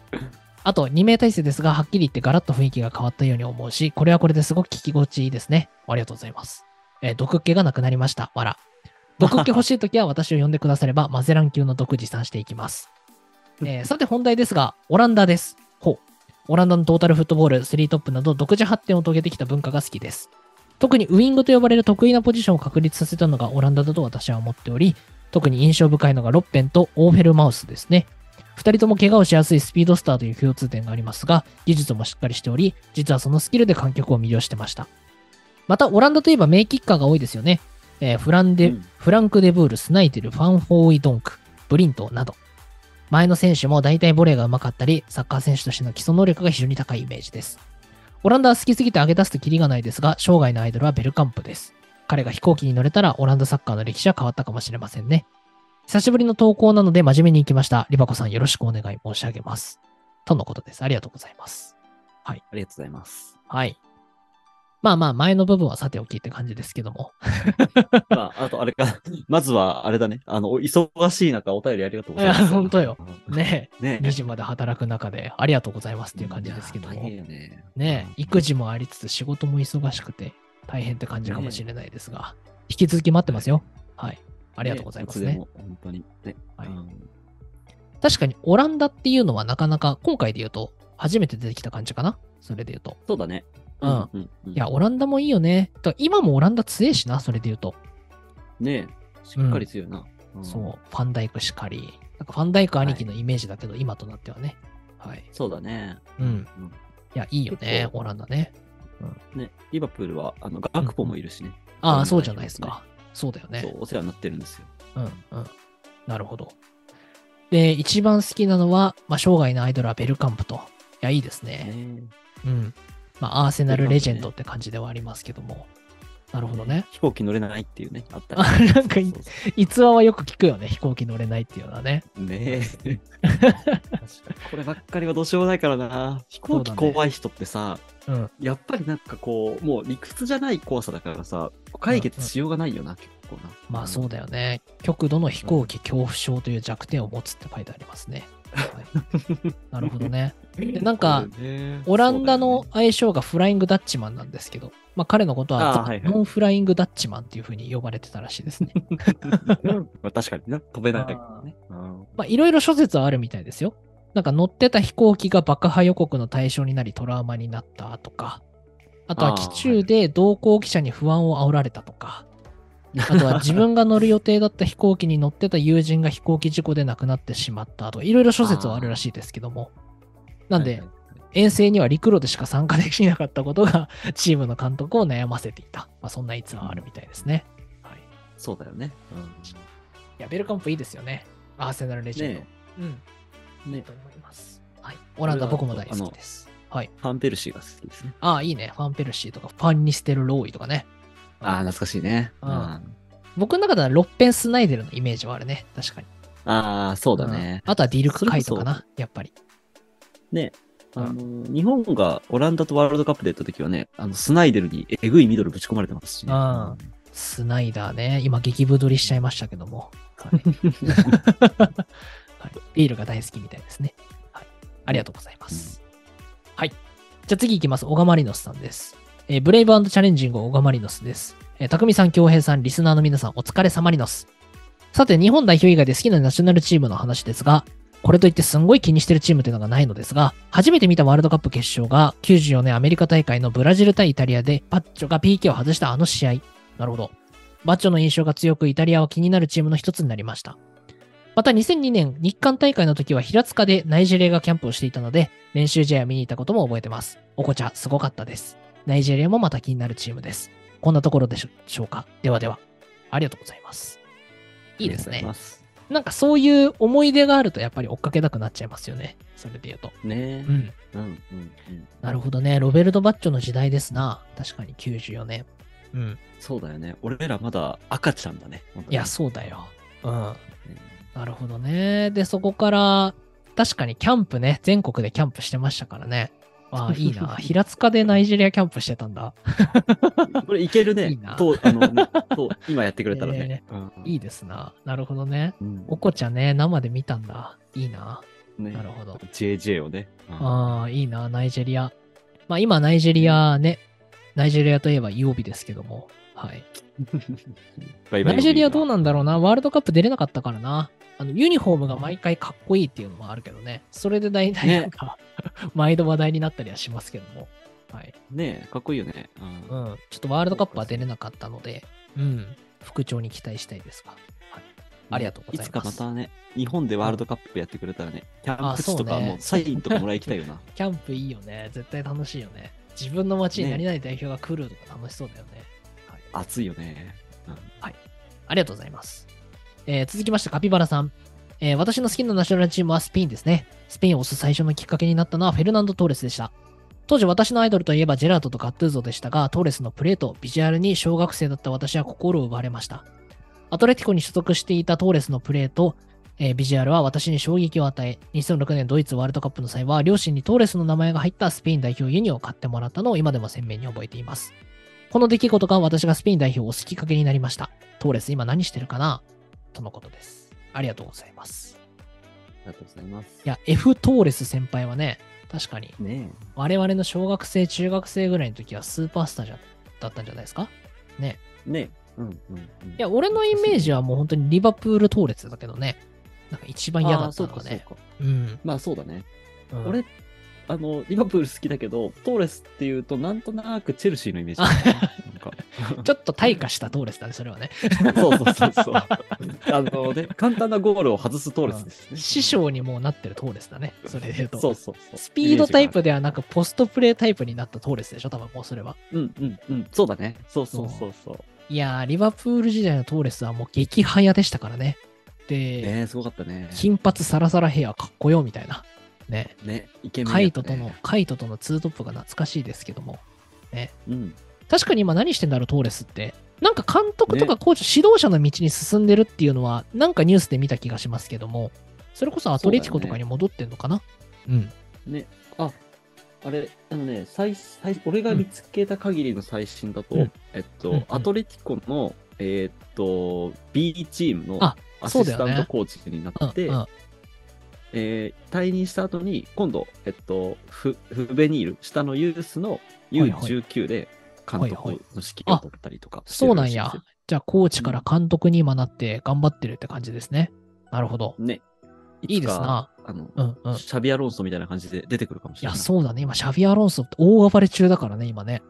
あと、2名体制ですが、はっきり言ってガラッと雰囲気が変わったように思うし、これはこれですごく聞き心地いいですね。ありがとうございます。えー毒っ気がなくなりました。わら。毒っ気欲しいときは私を呼んでくだされば、マゼラン級の毒持参していきます。えーさて本題ですが、オランダです。ほう。オランダのトータルフットボール、スリートップなど独自発展を遂げてきた文化が好きです。特にウイングと呼ばれる得意なポジションを確立させたのがオランダだと私は思っており、特に印象深いのがロッペンとオーフェルマウスですね。2人とも怪我をしやすいスピードスターという共通点がありますが、技術もしっかりしており、実はそのスキルで観客を魅了してました。また、オランダといえば名キッカーが多いですよね。えーフランデ、
うん
フランク・デブール、スナイテル、ファン・ホーイ・ドンク、ブリントなど。前の選手も大体ボレーが上手かったり、サッカー選手としての基礎能力が非常に高いイメージです。オランダは好きすぎて上げ出すとキリがないですが、生涯のアイドルはベルカンプです。彼が飛行機に乗れたら、オランダサッカーの歴史は変わったかもしれませんね。久しぶりの投稿なので真面目に行きました。リバコさんよろしくお願い申し上げます。とのことです。ありがとうございます。
ありがとうございます。
はい。まあまあ、前の部分はさておきって感じですけども。
まあ、あとあれか、 まずはあれだね。あの、お忙しい中、お便りありがとうございま
い
す。
や本当よ。ね
ね。
2時まで働く中でありがとうございますっていう感じですけど
いや
も
大。変よね。
ね育児もありつつ仕事も忙しくて大変って感じかもしれないですが、引き続き待ってますよ。はい。あ
あ
りがとうございます
で
ね。
も、本当に。ね。
はい
うん
確かにオランダっていうのはなかなか今回で言うと初めて出てきた感じかな。それで言うと。
そうだね。
うん。
うん。うん
いや、、オランダもいいよね。と今もオランダ強えしな、それで言うと。
ねしっかり強いな。ん
そう、ファンダイクしかり。なんかファンダイク兄貴のイメージだけど、今となってはね。はい。
そうだね。
うん。
うん
いや、いいよね
結、
オランダね。
ね、リバプールは、あの、ガクポもいるしね。
あ
う
あ、
ん
そうじゃないですか。そうだよね。
そう、お世話になってるんですよ。
うんうん。なるほど。で、一番好きなのは、まあ、生涯のアイドルはベルカンプと。いや、いいですね。
ね
うん。まあ、アーセナルレジェンドって感じではありますけども。なるほどね。
飛行機乗れないっていうね、あった
あ
り。
なんかいい
そうそ
逸話はよく聞くよね。飛行機乗れないっていうのはね。
うねえ。こればっかりはどうしようもないからな。飛行機
そうだね
怖い人ってさ、
うん。
やっぱりなんかこう、もう理屈じゃない怖さだからさ、解決しようがないよな、結構な。
まあ、そうだよね。極度の飛行機恐怖症という弱点を持つって書いてありますね。はい、なるほど ね。でなんか
これね、
オランダ
そ
の
うだよね
愛称がフライングダッチマンなんですけど、まあ、彼のこと
あ
は
ーはいはい
ノンフライングダッチマンっていうふうに呼ばれてたらしいですね。
まあ確かにな、飛べないからね。うん
まあ、いろいろ諸説はあるみたいですよ。なんか乗ってた飛行機が爆破予告の対象になりトラウマになったとか、あとは
あー
機中で同行記者に不安を煽られたとか、あとは自分が乗る予定だった飛行機に乗ってた友人が飛行機事故で亡くなってしまったとか、いろいろ諸説はあるらしいですけども。なん
はい
で
は、いはい
遠征には陸路でしか参加できなかったことが、 チームの監督を悩ませていた。まあ、そんな逸話はあるみたいですね。はい。い
そうだよね。
や、ベルカンプいいですよね。アーセナルレジェンド。
ね
うん。
うん。ね
と、思います。はい。オランダ僕も大好きです。はい。
ファンペルシーが好きですね。
ああ、いいね。ファンペルシーとか、ファンニステルローイとかね。
ああ、懐かしいね。
うん
あ
僕の中ではロッペン・スナイデルのイメージはあるね。確かに。
あー、そうだね。
うんあとはディルク・カイトかな。やっぱり。
ね、
う
あ
ん
の、日本がオランダとワールドカップでやった時はね、あの、スナイデルにえぐいミドルぶち込まれてますしね。
うんスナイダーね。今、激太りしちゃいましたけども。はいはいビールが大好きみたいですね。はい。ありがとうございます。はい。じゃあ次いきます。小川マリノスさんです。えーブレイブチャレンジング小川マリノスです。えー、匠さん、京平さん、リスナーの皆さん、お疲れ様リノス。さて、日本代表以外で好きなナショナルチームの話ですが、これといってすんごい気にしてるチームというのがないのですが、初めて見たワールドカップ決勝が94年アメリカ大会のブラジル対イタリアでパッチョが PK を外したあの試合。なるほど。バッチョの印象が強くイタリアは気になるチームの一つになりました。また2002年日韓大会の時は平塚でナイジェリアがキャンプをしていたので練習試合を見に行ったことも覚えてます。おこちゃすごかったです。ナイジェリアもまた気になるチームです。こんなところでしょしょうか。ではでは。ありがとうございます。いいです
あ
ね
りがとうござい。ます
なんかそういう思い出があるとやっぱり追っかけたくなっちゃいますよね。それで言うと。
ね
う。ん。
うん、うん、うん。
なるほどね。ロベルト・バッチョの時代ですな。確かに94年。うん。
そうだよね。俺らまだ赤ちゃんだね。本当に
いや、そうだよ。うん。
うん
なるほどね。で、そこから、確かにキャンプね、全国でキャンプしてましたからね。ああ、いいな。平塚でナイジェリアキャンプしてたんだ。
これいける
いい
ね
な。
と、あの、ねと、今やってくれたら
ね
ね。
いいですな。なるほどね。
うん。
おこちゃんね、生で見たんだ。いいな。
ね
なるほど。
JJ をね。うん
ああ、いいな、ナイジェリア。まあ今、ナイジェリアね、ナイジェリアといえば曜日ですけども。はい。
バイバ
ナ
イ
イジェリアどうなんだろう
な
な。ワールドカップ出れなかったからな。あの、ユニフォームが毎回かっこいいっていうのもあるけどね。それで大体なんか、 毎度話題になったりはしますけども。はい。
ねえ、かっこいいよね。う。
うんん。ちょっとワールドカップは出れなかったので、うん。復調に期待したいですが。はい。ありがとうござい
いつか
ま。
ますたね、日本でワールドカップやってくれたらね、キャンプ地と
あそ
か
うね
もうサインとかもらいき たいよな。
キャンプいいよね。絶対楽しいよね。自分の街に何々代表が来るとか楽しそうだよね。はい。
熱いよね。
ありがとうございます。えー続きまして、カピバラさん。えー私の好きなナショナルチームはスペインですね。スペインを推す最初のきっかけになったのはフェルナンド・トーレスでした。当時私のアイドルといえばジェラートとガットゥーゾでしたが、トーレスのプレーとビジュアルに小学生だった私は心を奪われました。アトレティコに所属していたトーレスのプレーと、えービジュアルは私に衝撃を与え、2006年ドイツワールドカップの際は、両親にトーレスの名前が入ったスペイン代表ユニを買ってもらったのを今でも鮮明に覚えています。この出来事が私がスペイン代表を推すきっかけになりました。トーレス今何してるかなとのことです。ありがとうございます。
ありがとうございます。
いや、F トーレス先輩はね、確かに
ね
我々の小学生、中学生ぐらいの時はスーパースターじゃだったんじゃないですか
え、ねえ。うんうん、うん。
いや、俺のイメージはもう本当にリバプールトーレスだけどね。なんか一番嫌だっ
あー
た
そう
の
か
が
そう
ね。
か。
うん。
まあそうだね。
うん
俺、あの、リバプール好きだけど、トーレスっていうと、なんとなくチェルシーのイメージだね、なん
ちょっと退化したトーレスだね、それはね。
か そうそうそうそう。あのね、簡単なゴールを外すトーレスですね。
師匠にもうなってるトーレスだね。それで言うと。
そうそうそう。
スピードタイ
イメージがある
プではなく、ポストプレータイプになったトーレスでしょ、多分もうそれは。
うんうんうん。そうだね。そうそうそうそう。
いやー、リバプール時代のトーレスはもう激早でしたからね。で、
ねえ、すごかったね。
金髪サラサラヘアかっこよみたいな。ね。
ね、イケメン
カ
や
イ
っ
ト
た
と
ね、
の、カイトとのツートップが懐かしいですけども。
うん。
確かに今何してんだろう、トーレスって。なんか監督とかコーチ、指導者の道に進んでるっていうのは、なんかニュースで見た気がしますけども、それこそアトレチコとかに戻ってんのかなう,、
ね、あ、あれ、あのね、最、最、俺が見つけた限りの最新だと、
うん
えっ
うんうん
と、アトレティコの、えーっと、B チームの
あ
ア
そう
シ
だ
ス
よね
タントコーチになっ
ん。
て、
うん、うん。
えー退任した後に、今度、えっと、フフベニール、下のユースの
はいはい
U19 で監督
はい
の
はい
指揮を取ったりとかして
そう
る
な
ら
ん
しいですよ、
や。じゃあ、コーチから監督に今なって頑張ってるって感じですね。なるほど。
ね。
いいです
つか。
な。
あの、
うんうん。い
シャビアロンソみたいな感じで出てくるかもしれ
や、
ない。
そうだね。今、シャビア・アロンソって大暴れ中だからね、今 ね。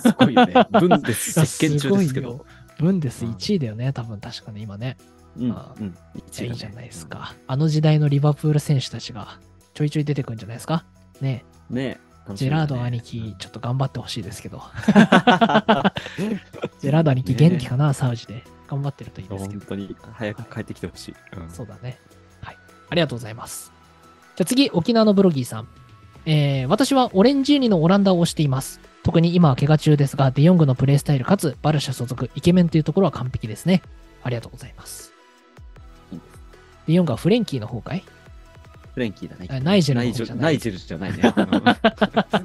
すご いよね。ブンデス席巻中ですけ
いやす
ど
ご。ブンデス
うん
1位だよね、多分確かね、今ね。
うん、
あ
うん。
いやいいじゃないですか。あの時代のリバプール選手たちがちょいちょい出てくるんじゃないですか。ねえ
ね
ジェラード兄 貴、ちょっと頑張ってほしいですけど。ジェラード兄貴、元気かな、サウジで。頑張ってるといいですけ
本
ど。
当に早く帰ってきてほしい。うん
そうだね。はい。ありがとうございます。じゃあ次、沖縄のブロギーさん。えー私はオレンジーニのオランダを推しています。特に今は怪我中ですが、デヨングのプレースタイルかつバルシャ所属、イケメンというところは完璧ですね。ありがとうございます
いいで。
デヨングはフレンキーの方かい
フレンキーだね
あ。ナイジェル
ナ
の
イ
方
ジ
じゃ
ェル
な
ナ
い
イジェルじゃ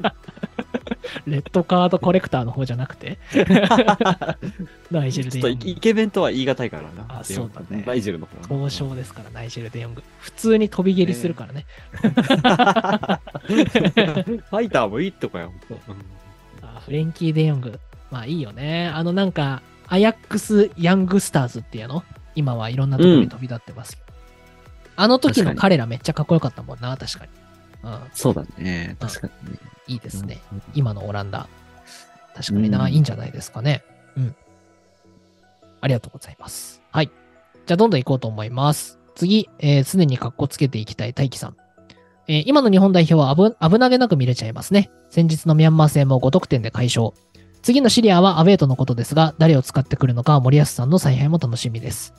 ない ね。
レッドカードコレクターの方じゃなく てナイジェル・デ
ちょっと
ヨン
イ
グ。
ケメンとは言い難いからな。
あそうだね
ナイジェルの方
王将ですから、ナイジェル・デヨング。普通に飛び蹴りするからね。
ファイターもいいとかよ。うん
あフレンキー・デヨング。まあいいよね。あのなんか、アヤックス・ヤングスターズっていうの今はいろんなところに飛び立ってますけど。あの時の彼らめっちゃかっこよかったもんな、確かに。うん、
そうだね。確かにね。
いいですね。
うん
今のオランダ。確かにな、
うん
いいんじゃないですかね。うん。ありがとうございます。はい。じゃあ、どんどん行こうと思います。次、えー常に格好つけていきたい大輝さん。えー今の日本代表は危危なげなく見れちゃいますね。先日のミャンマー戦も5得点で快勝。次のシリアはアウェーとのことですが、誰を使ってくるのかは森保さんの采配も楽しみです。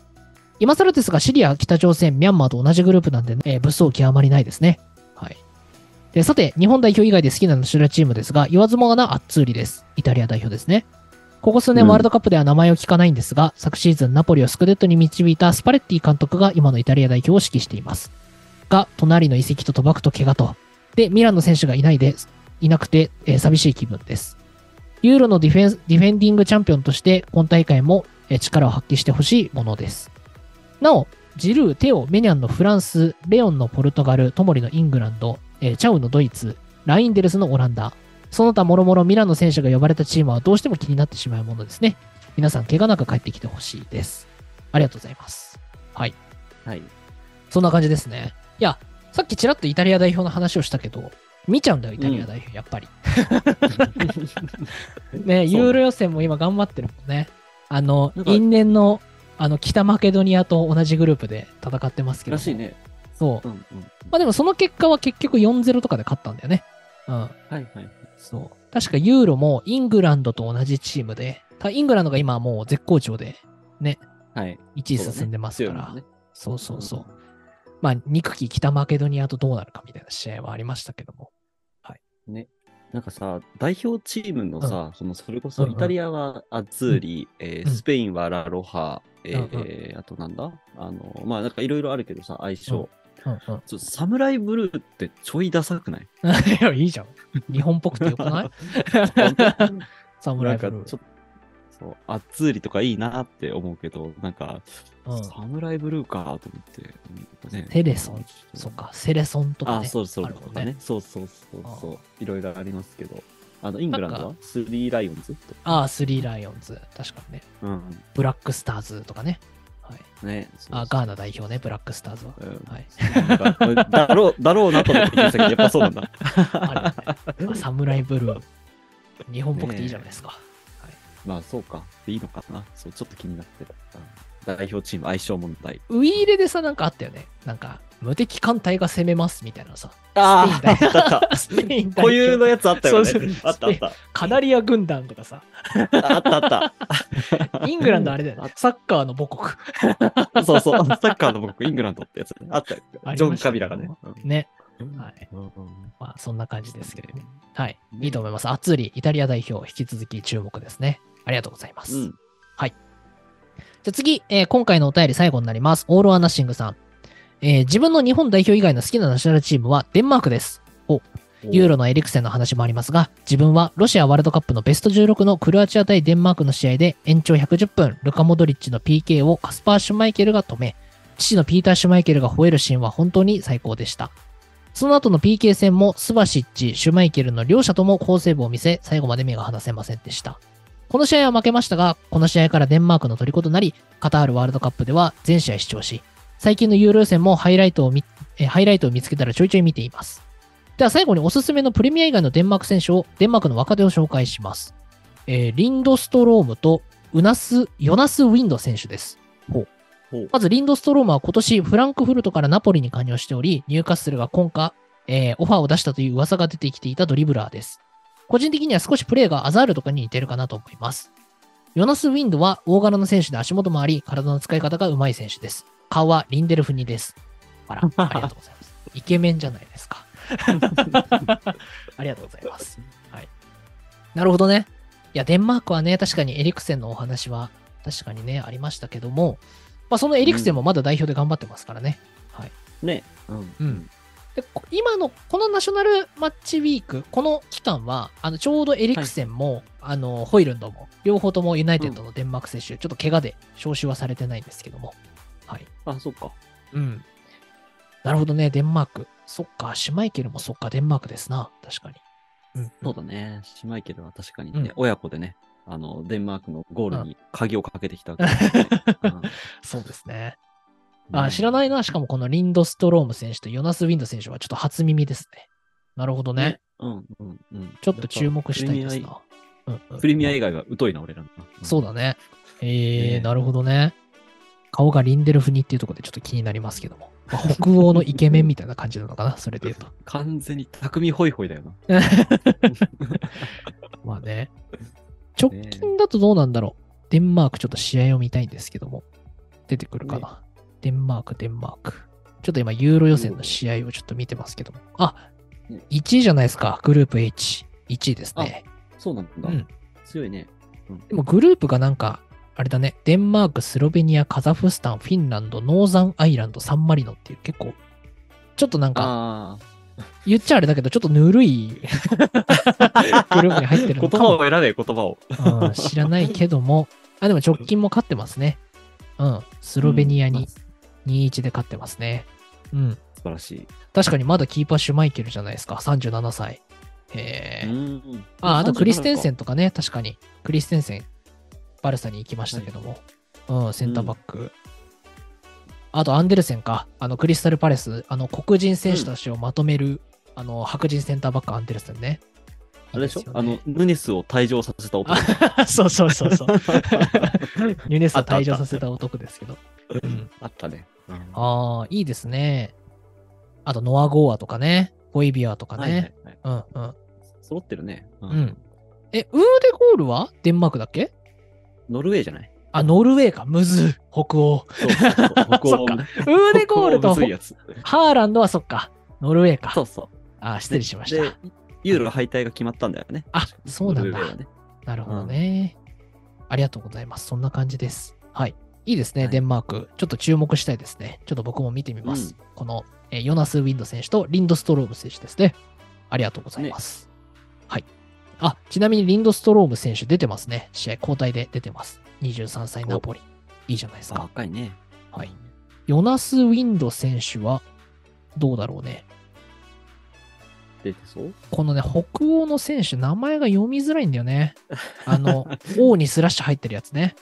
今更ですが、シリア、北朝鮮、ミャンマーと同じグループなんで、えー、物騒極まりないですね。はい。でさて、日本代表以外で好きなナショナルチームですが、言わずもがなアッツーリです。イタリア代表ですね。ここ数年
うん
ワールドカップでは名前を聞かないんですが、昨シーズンナポリをスクデットに導いたスパレッティ監督が今のイタリア代表を指揮しています。が、隣の移籍と賭博と怪我と。で、ミランの選手がいないで、いなくて、えー寂しい気分です。ユーロのディフェンスディフェンディングチャンピオンとして、今大会もえー力を発揮してほしいものです。なお、ジルー、テオ、メニャンのフランス、レオンのポルトガル、トモリのイングランド、えーチャウのドイツ、ラインデルスのオランダ、その他もろもろミラノ選手が呼ばれたチームはどうしても気になってしまうものですね。皆さん、怪我なく帰ってきてほしいです。ありがとうございます。
はい。
そんな感じですね。いや、さっきちらっとイタリア代表の話をしたけど、見ちゃうんだよ、イタリア代表、やっぱり。ね、
そう
ユーロ予選も今頑張ってるもんね。あの
なん、か
因縁の、あの、北マケドニアと同じグループで戦ってますけど。
らしい。ね。
そうう。
んうん。
まあでもその結果は結局4-0とかで勝ったんだよね。うん。
はいはい。
そう。確かユーロもイングランドと同じチームで、たイングランドが今はもう絶好調で
はい。
1位進んでますから。
そうだね
そうそうそう。まあ、憎き北マケドニアとどうなるかみたいな試合はありましたけども。
なんかさ、代表チームのさ、そのそれこそ
うんうん
イタリアはアッツーリ、えー
うん
スペインはラロハ、えー
うん
あとなんだあの、まあなんかいろいろあるけどさ、相性、
うんうん
ちょサムライブルーってちょいダサ くない
いや、いいじゃん。日本っぽくてよくない サムラ
な
イブ
んか
ル
ち
ー
ょっ。と、そう、アッツーリとかいいなって思うけど、なんか、
うん
サムライブルーかと思って、なんかね
セレソン、そうか、セレソンとか、
あ、
ね。
そうそう
あ
そ
る
う
もん
と
ね
かね。そうそうそうそう。いろいろありますけど。あの、イングランド
な
はスリーライオンズとか。
ああ、スリーライオンズ。確かにね。
うん。
ブラックスターズとかね。はい、
ね。そう
あガーナ代表ね、ブラックスターズは。
うん
はい、
そうなんかだろう、だろうなと思って聞いてたけど、やっぱそうなんだ。
あ るよねあサムライブルー。日本っぽくていいじゃないですか。
まあそうか。でいいのかな。そう、ちょっと気になってた。うん代表チーム相性問題。
ウィーレでさ、なんかあったよね。なんか、無敵艦隊が攻めますみたいなのさ。
ああ、あ
スペイン代スペイ
ったあっ
ン
た。
代
固有の
表
やつあったよね
そうそう。
あったあった。
カナリア軍団とかさ。
あったあった。
イングランドあれだよね。サッカーの母国。
そうそう。サッカーの僕、イングランドってやつね。あったよ
ありました。
ジョン・カビラがね。
ね。
うん
はい
うんうん
まあ、そんな感じですけれどね。はい。
ね
いいと思います。アッツーリ、イタリア代表、引き続き注目ですね。ありがとうございます。
う
じ
ん。
ゃあ次、えー今回のお便り最後になります。オール・アナッシングさん。えー自分の日本代表以外の好きなナショナルチームはデンマークです。ユーロのエリクセンの話もありますが、自分はロシアワールドカップのベスト16のクロアチア対デンマークの試合で延長110分、ルカ・モドリッチの PK をカスパー・シュマイケルが止め、父のピーター・シュマイケルが吠えるシーンは本当に最高でした。その後の PK 戦もスバシッチ、シュマイケルの両者とも好セーブを見せ、最後まで目が離せませんでした。この試合は負けましたが、この試合からデンマークの虜となり、カタールワールドカップでは全試合視聴し、最近のユーロ予選もハイライトを見、えハイライトを見つけたらちょいちょい見ています。では最後におすすめのプレミア以外のデンマーク選手を、デンマークの若手を紹介します。えーリンドストロームとウナス、ヨナス・ウィンド選手です。
ほう
まずリンドストロームは今年フランクフルトからナポリに加入しており、ニューカッスルが今夏、えーオファーを出したという噂が出てきていたドリブラーです。個人的には少しプレーがアザールとかに似てるかなと思います。ヨナス・ウィンドは大柄の選手で足元もあり、体の使い方がうまい選手です。顔はリンデルフニです。あら、ありがとうございます。イケメンじゃないですか。ありがとうございます。はい。なるほどね。いや、デンマークはね、確かにエリクセンのお話は、確かにね、ありましたけども、まあ、そのエリクセンもまだ代表で頑張ってますからね。
ね。うん。
うん。で、こ今の、このナショナルマッチウィーク、この期間は、あのちょうどエリクセンも、あのホイルンドも、両方ともユナイテッドのデンマーク選手、ちょっと怪我で招集はされてないんですけども。はい。
あ、そっか。
うん。なるほどね、デンマーク。そっか、シュマイケルもそっか、デンマークですな。確かに。うん。
そうだね。シュマイケルは確かにね、
うん
親子でね、あの、デンマークのゴールに鍵をかけてきたわけですね、
そうですね。あ、知らないな。しかもこのリンドストローム選手とヨナス・ウィンド選手はちょっと初耳ですね。なるほどね。
ねうんうんうん。
ちょっと注目したいです
やっぱ
な。うんうん
プレミア以外は疎いな、俺らの。
そう
だ。
だね。えー
ねえ
なるほどね。顔がリンデルフニっていうところでちょっと気になりますけども。ま あ北欧のイケメンみたいな感じなのかな、それで言うと。
完全に匠ホイホイだよな。
まあね。直近だとどうなんだろう。デンマークちょっと試合を見たいんですけども。出てくるかな。デンマーク、デンマーク。ちょっと今、ユーロ予選の試合をちょっと見てますけども。あ
ね、
1位じゃないですか。グループ H。1位ですね。
そうなんだ。
うん
強いね。
でもグループがなんか、あれだね、デンマーク、スロベニア、カザフスタン、フィンランド、ノーザンアイランド、サンマリノっていう結構、ちょっとなんか、
ああ。
言っちゃあれだけど、ちょっとぬるい グループに入ってるの
言
か
葉を
も、
選べ、言葉を。
うん知らないけども、あ、でも直近も勝ってますね。うん、スロベニア
うん
に
素
2-1で勝ってますね。うん、
晴らしい。
確かにまだキーパーシュマイケルじゃないですか、37歳。へえ。
うん
あ、あとクリステンセ
ン。
ンとかね、確かに。クリステンセン、バルサに行きましたけども。うん、センターバック。あと、アンデルセンか。あの、クリスタルパレス、あの、黒人選手たちをまとめる、あの、白人センターバック、アンデルセンね。
あれでしょ
いいすよ
あの
ね、
ヌネスを退場させた男。
そうそうそうそう。ユネスを
あったあっ
退
た
場させた男ですけど。うん
あったね。うん
ああ、いいですね。あと、ノア・ゴーアとかね。ホイビアとか
はいはい
ね。
はい
うんうん。
揃ってるね。う
うん。え、ウーデゴールはデンマークだっけ
ノルウェーじゃない
あ、ノルウェーか、ムズ、北欧。
そうそうそう北
そ
欧
っかウーデゴールと
北欧むずいやつ
ハーランドはそっか、ノルウェー
そ
か。
うそう。
あ、失礼しまし
で
た。。
ユーロ敗退が決まったんだよね。
あ、そうなん
ノ
だ
ルウェー。はね
なるほどね。ありがとうございます。そんな感じです。はい。いいですね、
はい
デンマーク。ちょっと注目したいですね。ちょっと僕も見てみます。
う
この、えーヨナス・ウィンド選手とリンドストローム選手ですね。ありがとうございます。はい。あ、ちなみにリンドストローム選手出てますね。試合交代で出てます。23歳ナポリ。いいじゃないです
あ、
か。
若いね。
はい。ヨナス・ウィンド選手はどうだろうね。
出てそう
このね、北欧の選手、名前が読みづらいんだよね。あ の、王にスラッシュ入ってるやつね。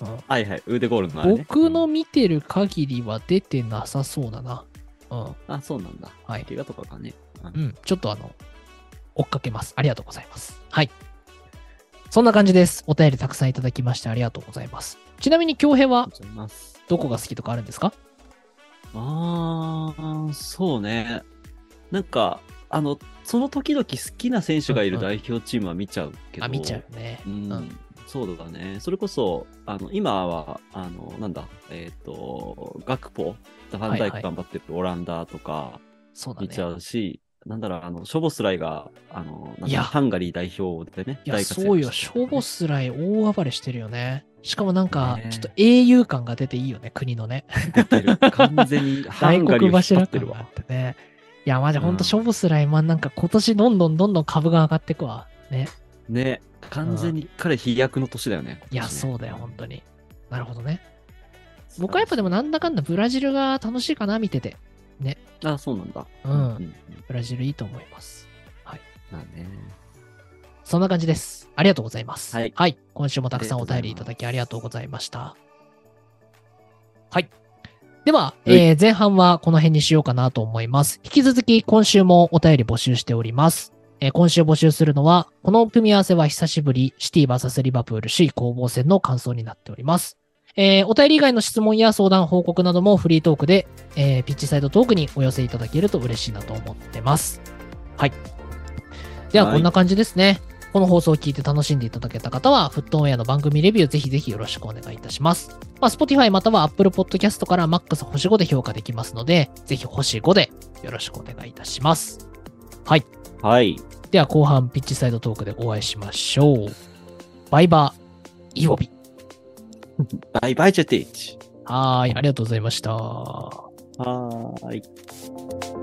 うん
はいはい。ウーデゴールのあれね。
僕の見てる限りは出てなさそうだな。うん。
あ、そうなんだ。
はい
怪我とかかね。
う
うん
ん。ちょっとあの、追っかけます。ありがとうございます。はい。そんな感じです。お便りたくさんいただきましてありがとうございます。ちなみに、京平
あり
は
がとうございます。
どこが好きとかあるんですか
あー、そうね。なんか、あの、その時々好きな選手がいる
うんう
代表チームは見ちゃうけど。
あ、見ちゃうね。
う
うんん。
そうだね。それこそ、あの、今は、あの、なんだ、えっ、と、ガクポ、ダファンダイ
はいは
ク
い
頑張ってるオランダとか
そうだ
見ちゃ
ね。
うし、なんだろう、あの、ショボスライが、あの、なん
い
だ
や
ハンガリー代表でね、
いや、
大活躍
そうよ。
し
シ
てたね
ョボスライ大暴れしてるよね。しかもなんか
ね、
ちょっと英雄感が出ていいよね、国のね。
出てる。完全に ハ
大
ンガリ
黒
ーを引っ張
柱
って
感
る
があ
わ
っ。てね。いや、マジほん
う
と、
ん
ショボスライマンなんか今年どんどんどんどん株が上がってくわ。ね。
ね、完全に彼飛躍の年だよね。
いや、
今
そうだよ、本当に。なるほどね。
年ね
僕はやっぱでもなんだかんだブラジルが楽しいかな、見てて。
あ、そうなんだ。
うん
うん
ブラジルいいと思います。
まあね。
そんな感じです。ありがとうございます。
はい
今週もたくさんお便りいただきありがとうございました。はい。では、
はい
えー前半はこの辺にしようかなと思います。引き続き今週もお便り募集しております。えー今週募集するのは、この組み合わせは久しぶり、シティ VS リバプール首位攻防戦の感想になっております。えーお便り以外の質問や相談、報告などもフリートークで、えーピッチサイドトークにお寄せいただけると嬉しいなと思ってます。はい。では、
はい
こんな感じですね。この放送を聞いて楽しんでいただけた方は、フットオンエアの番組レビューぜひぜひよろしくお願いいたします。まあ、Spotify または Apple Podcast から MAX 星5で評価できますので、ぜひ星5でよろしくお願いいたします。
はい。
では、後半ピッチサイドトークでお会いしましょう。バイバー、イオビ。
バイバイ、ジェティッチ。
はーい、ありがとうございました。
はーい。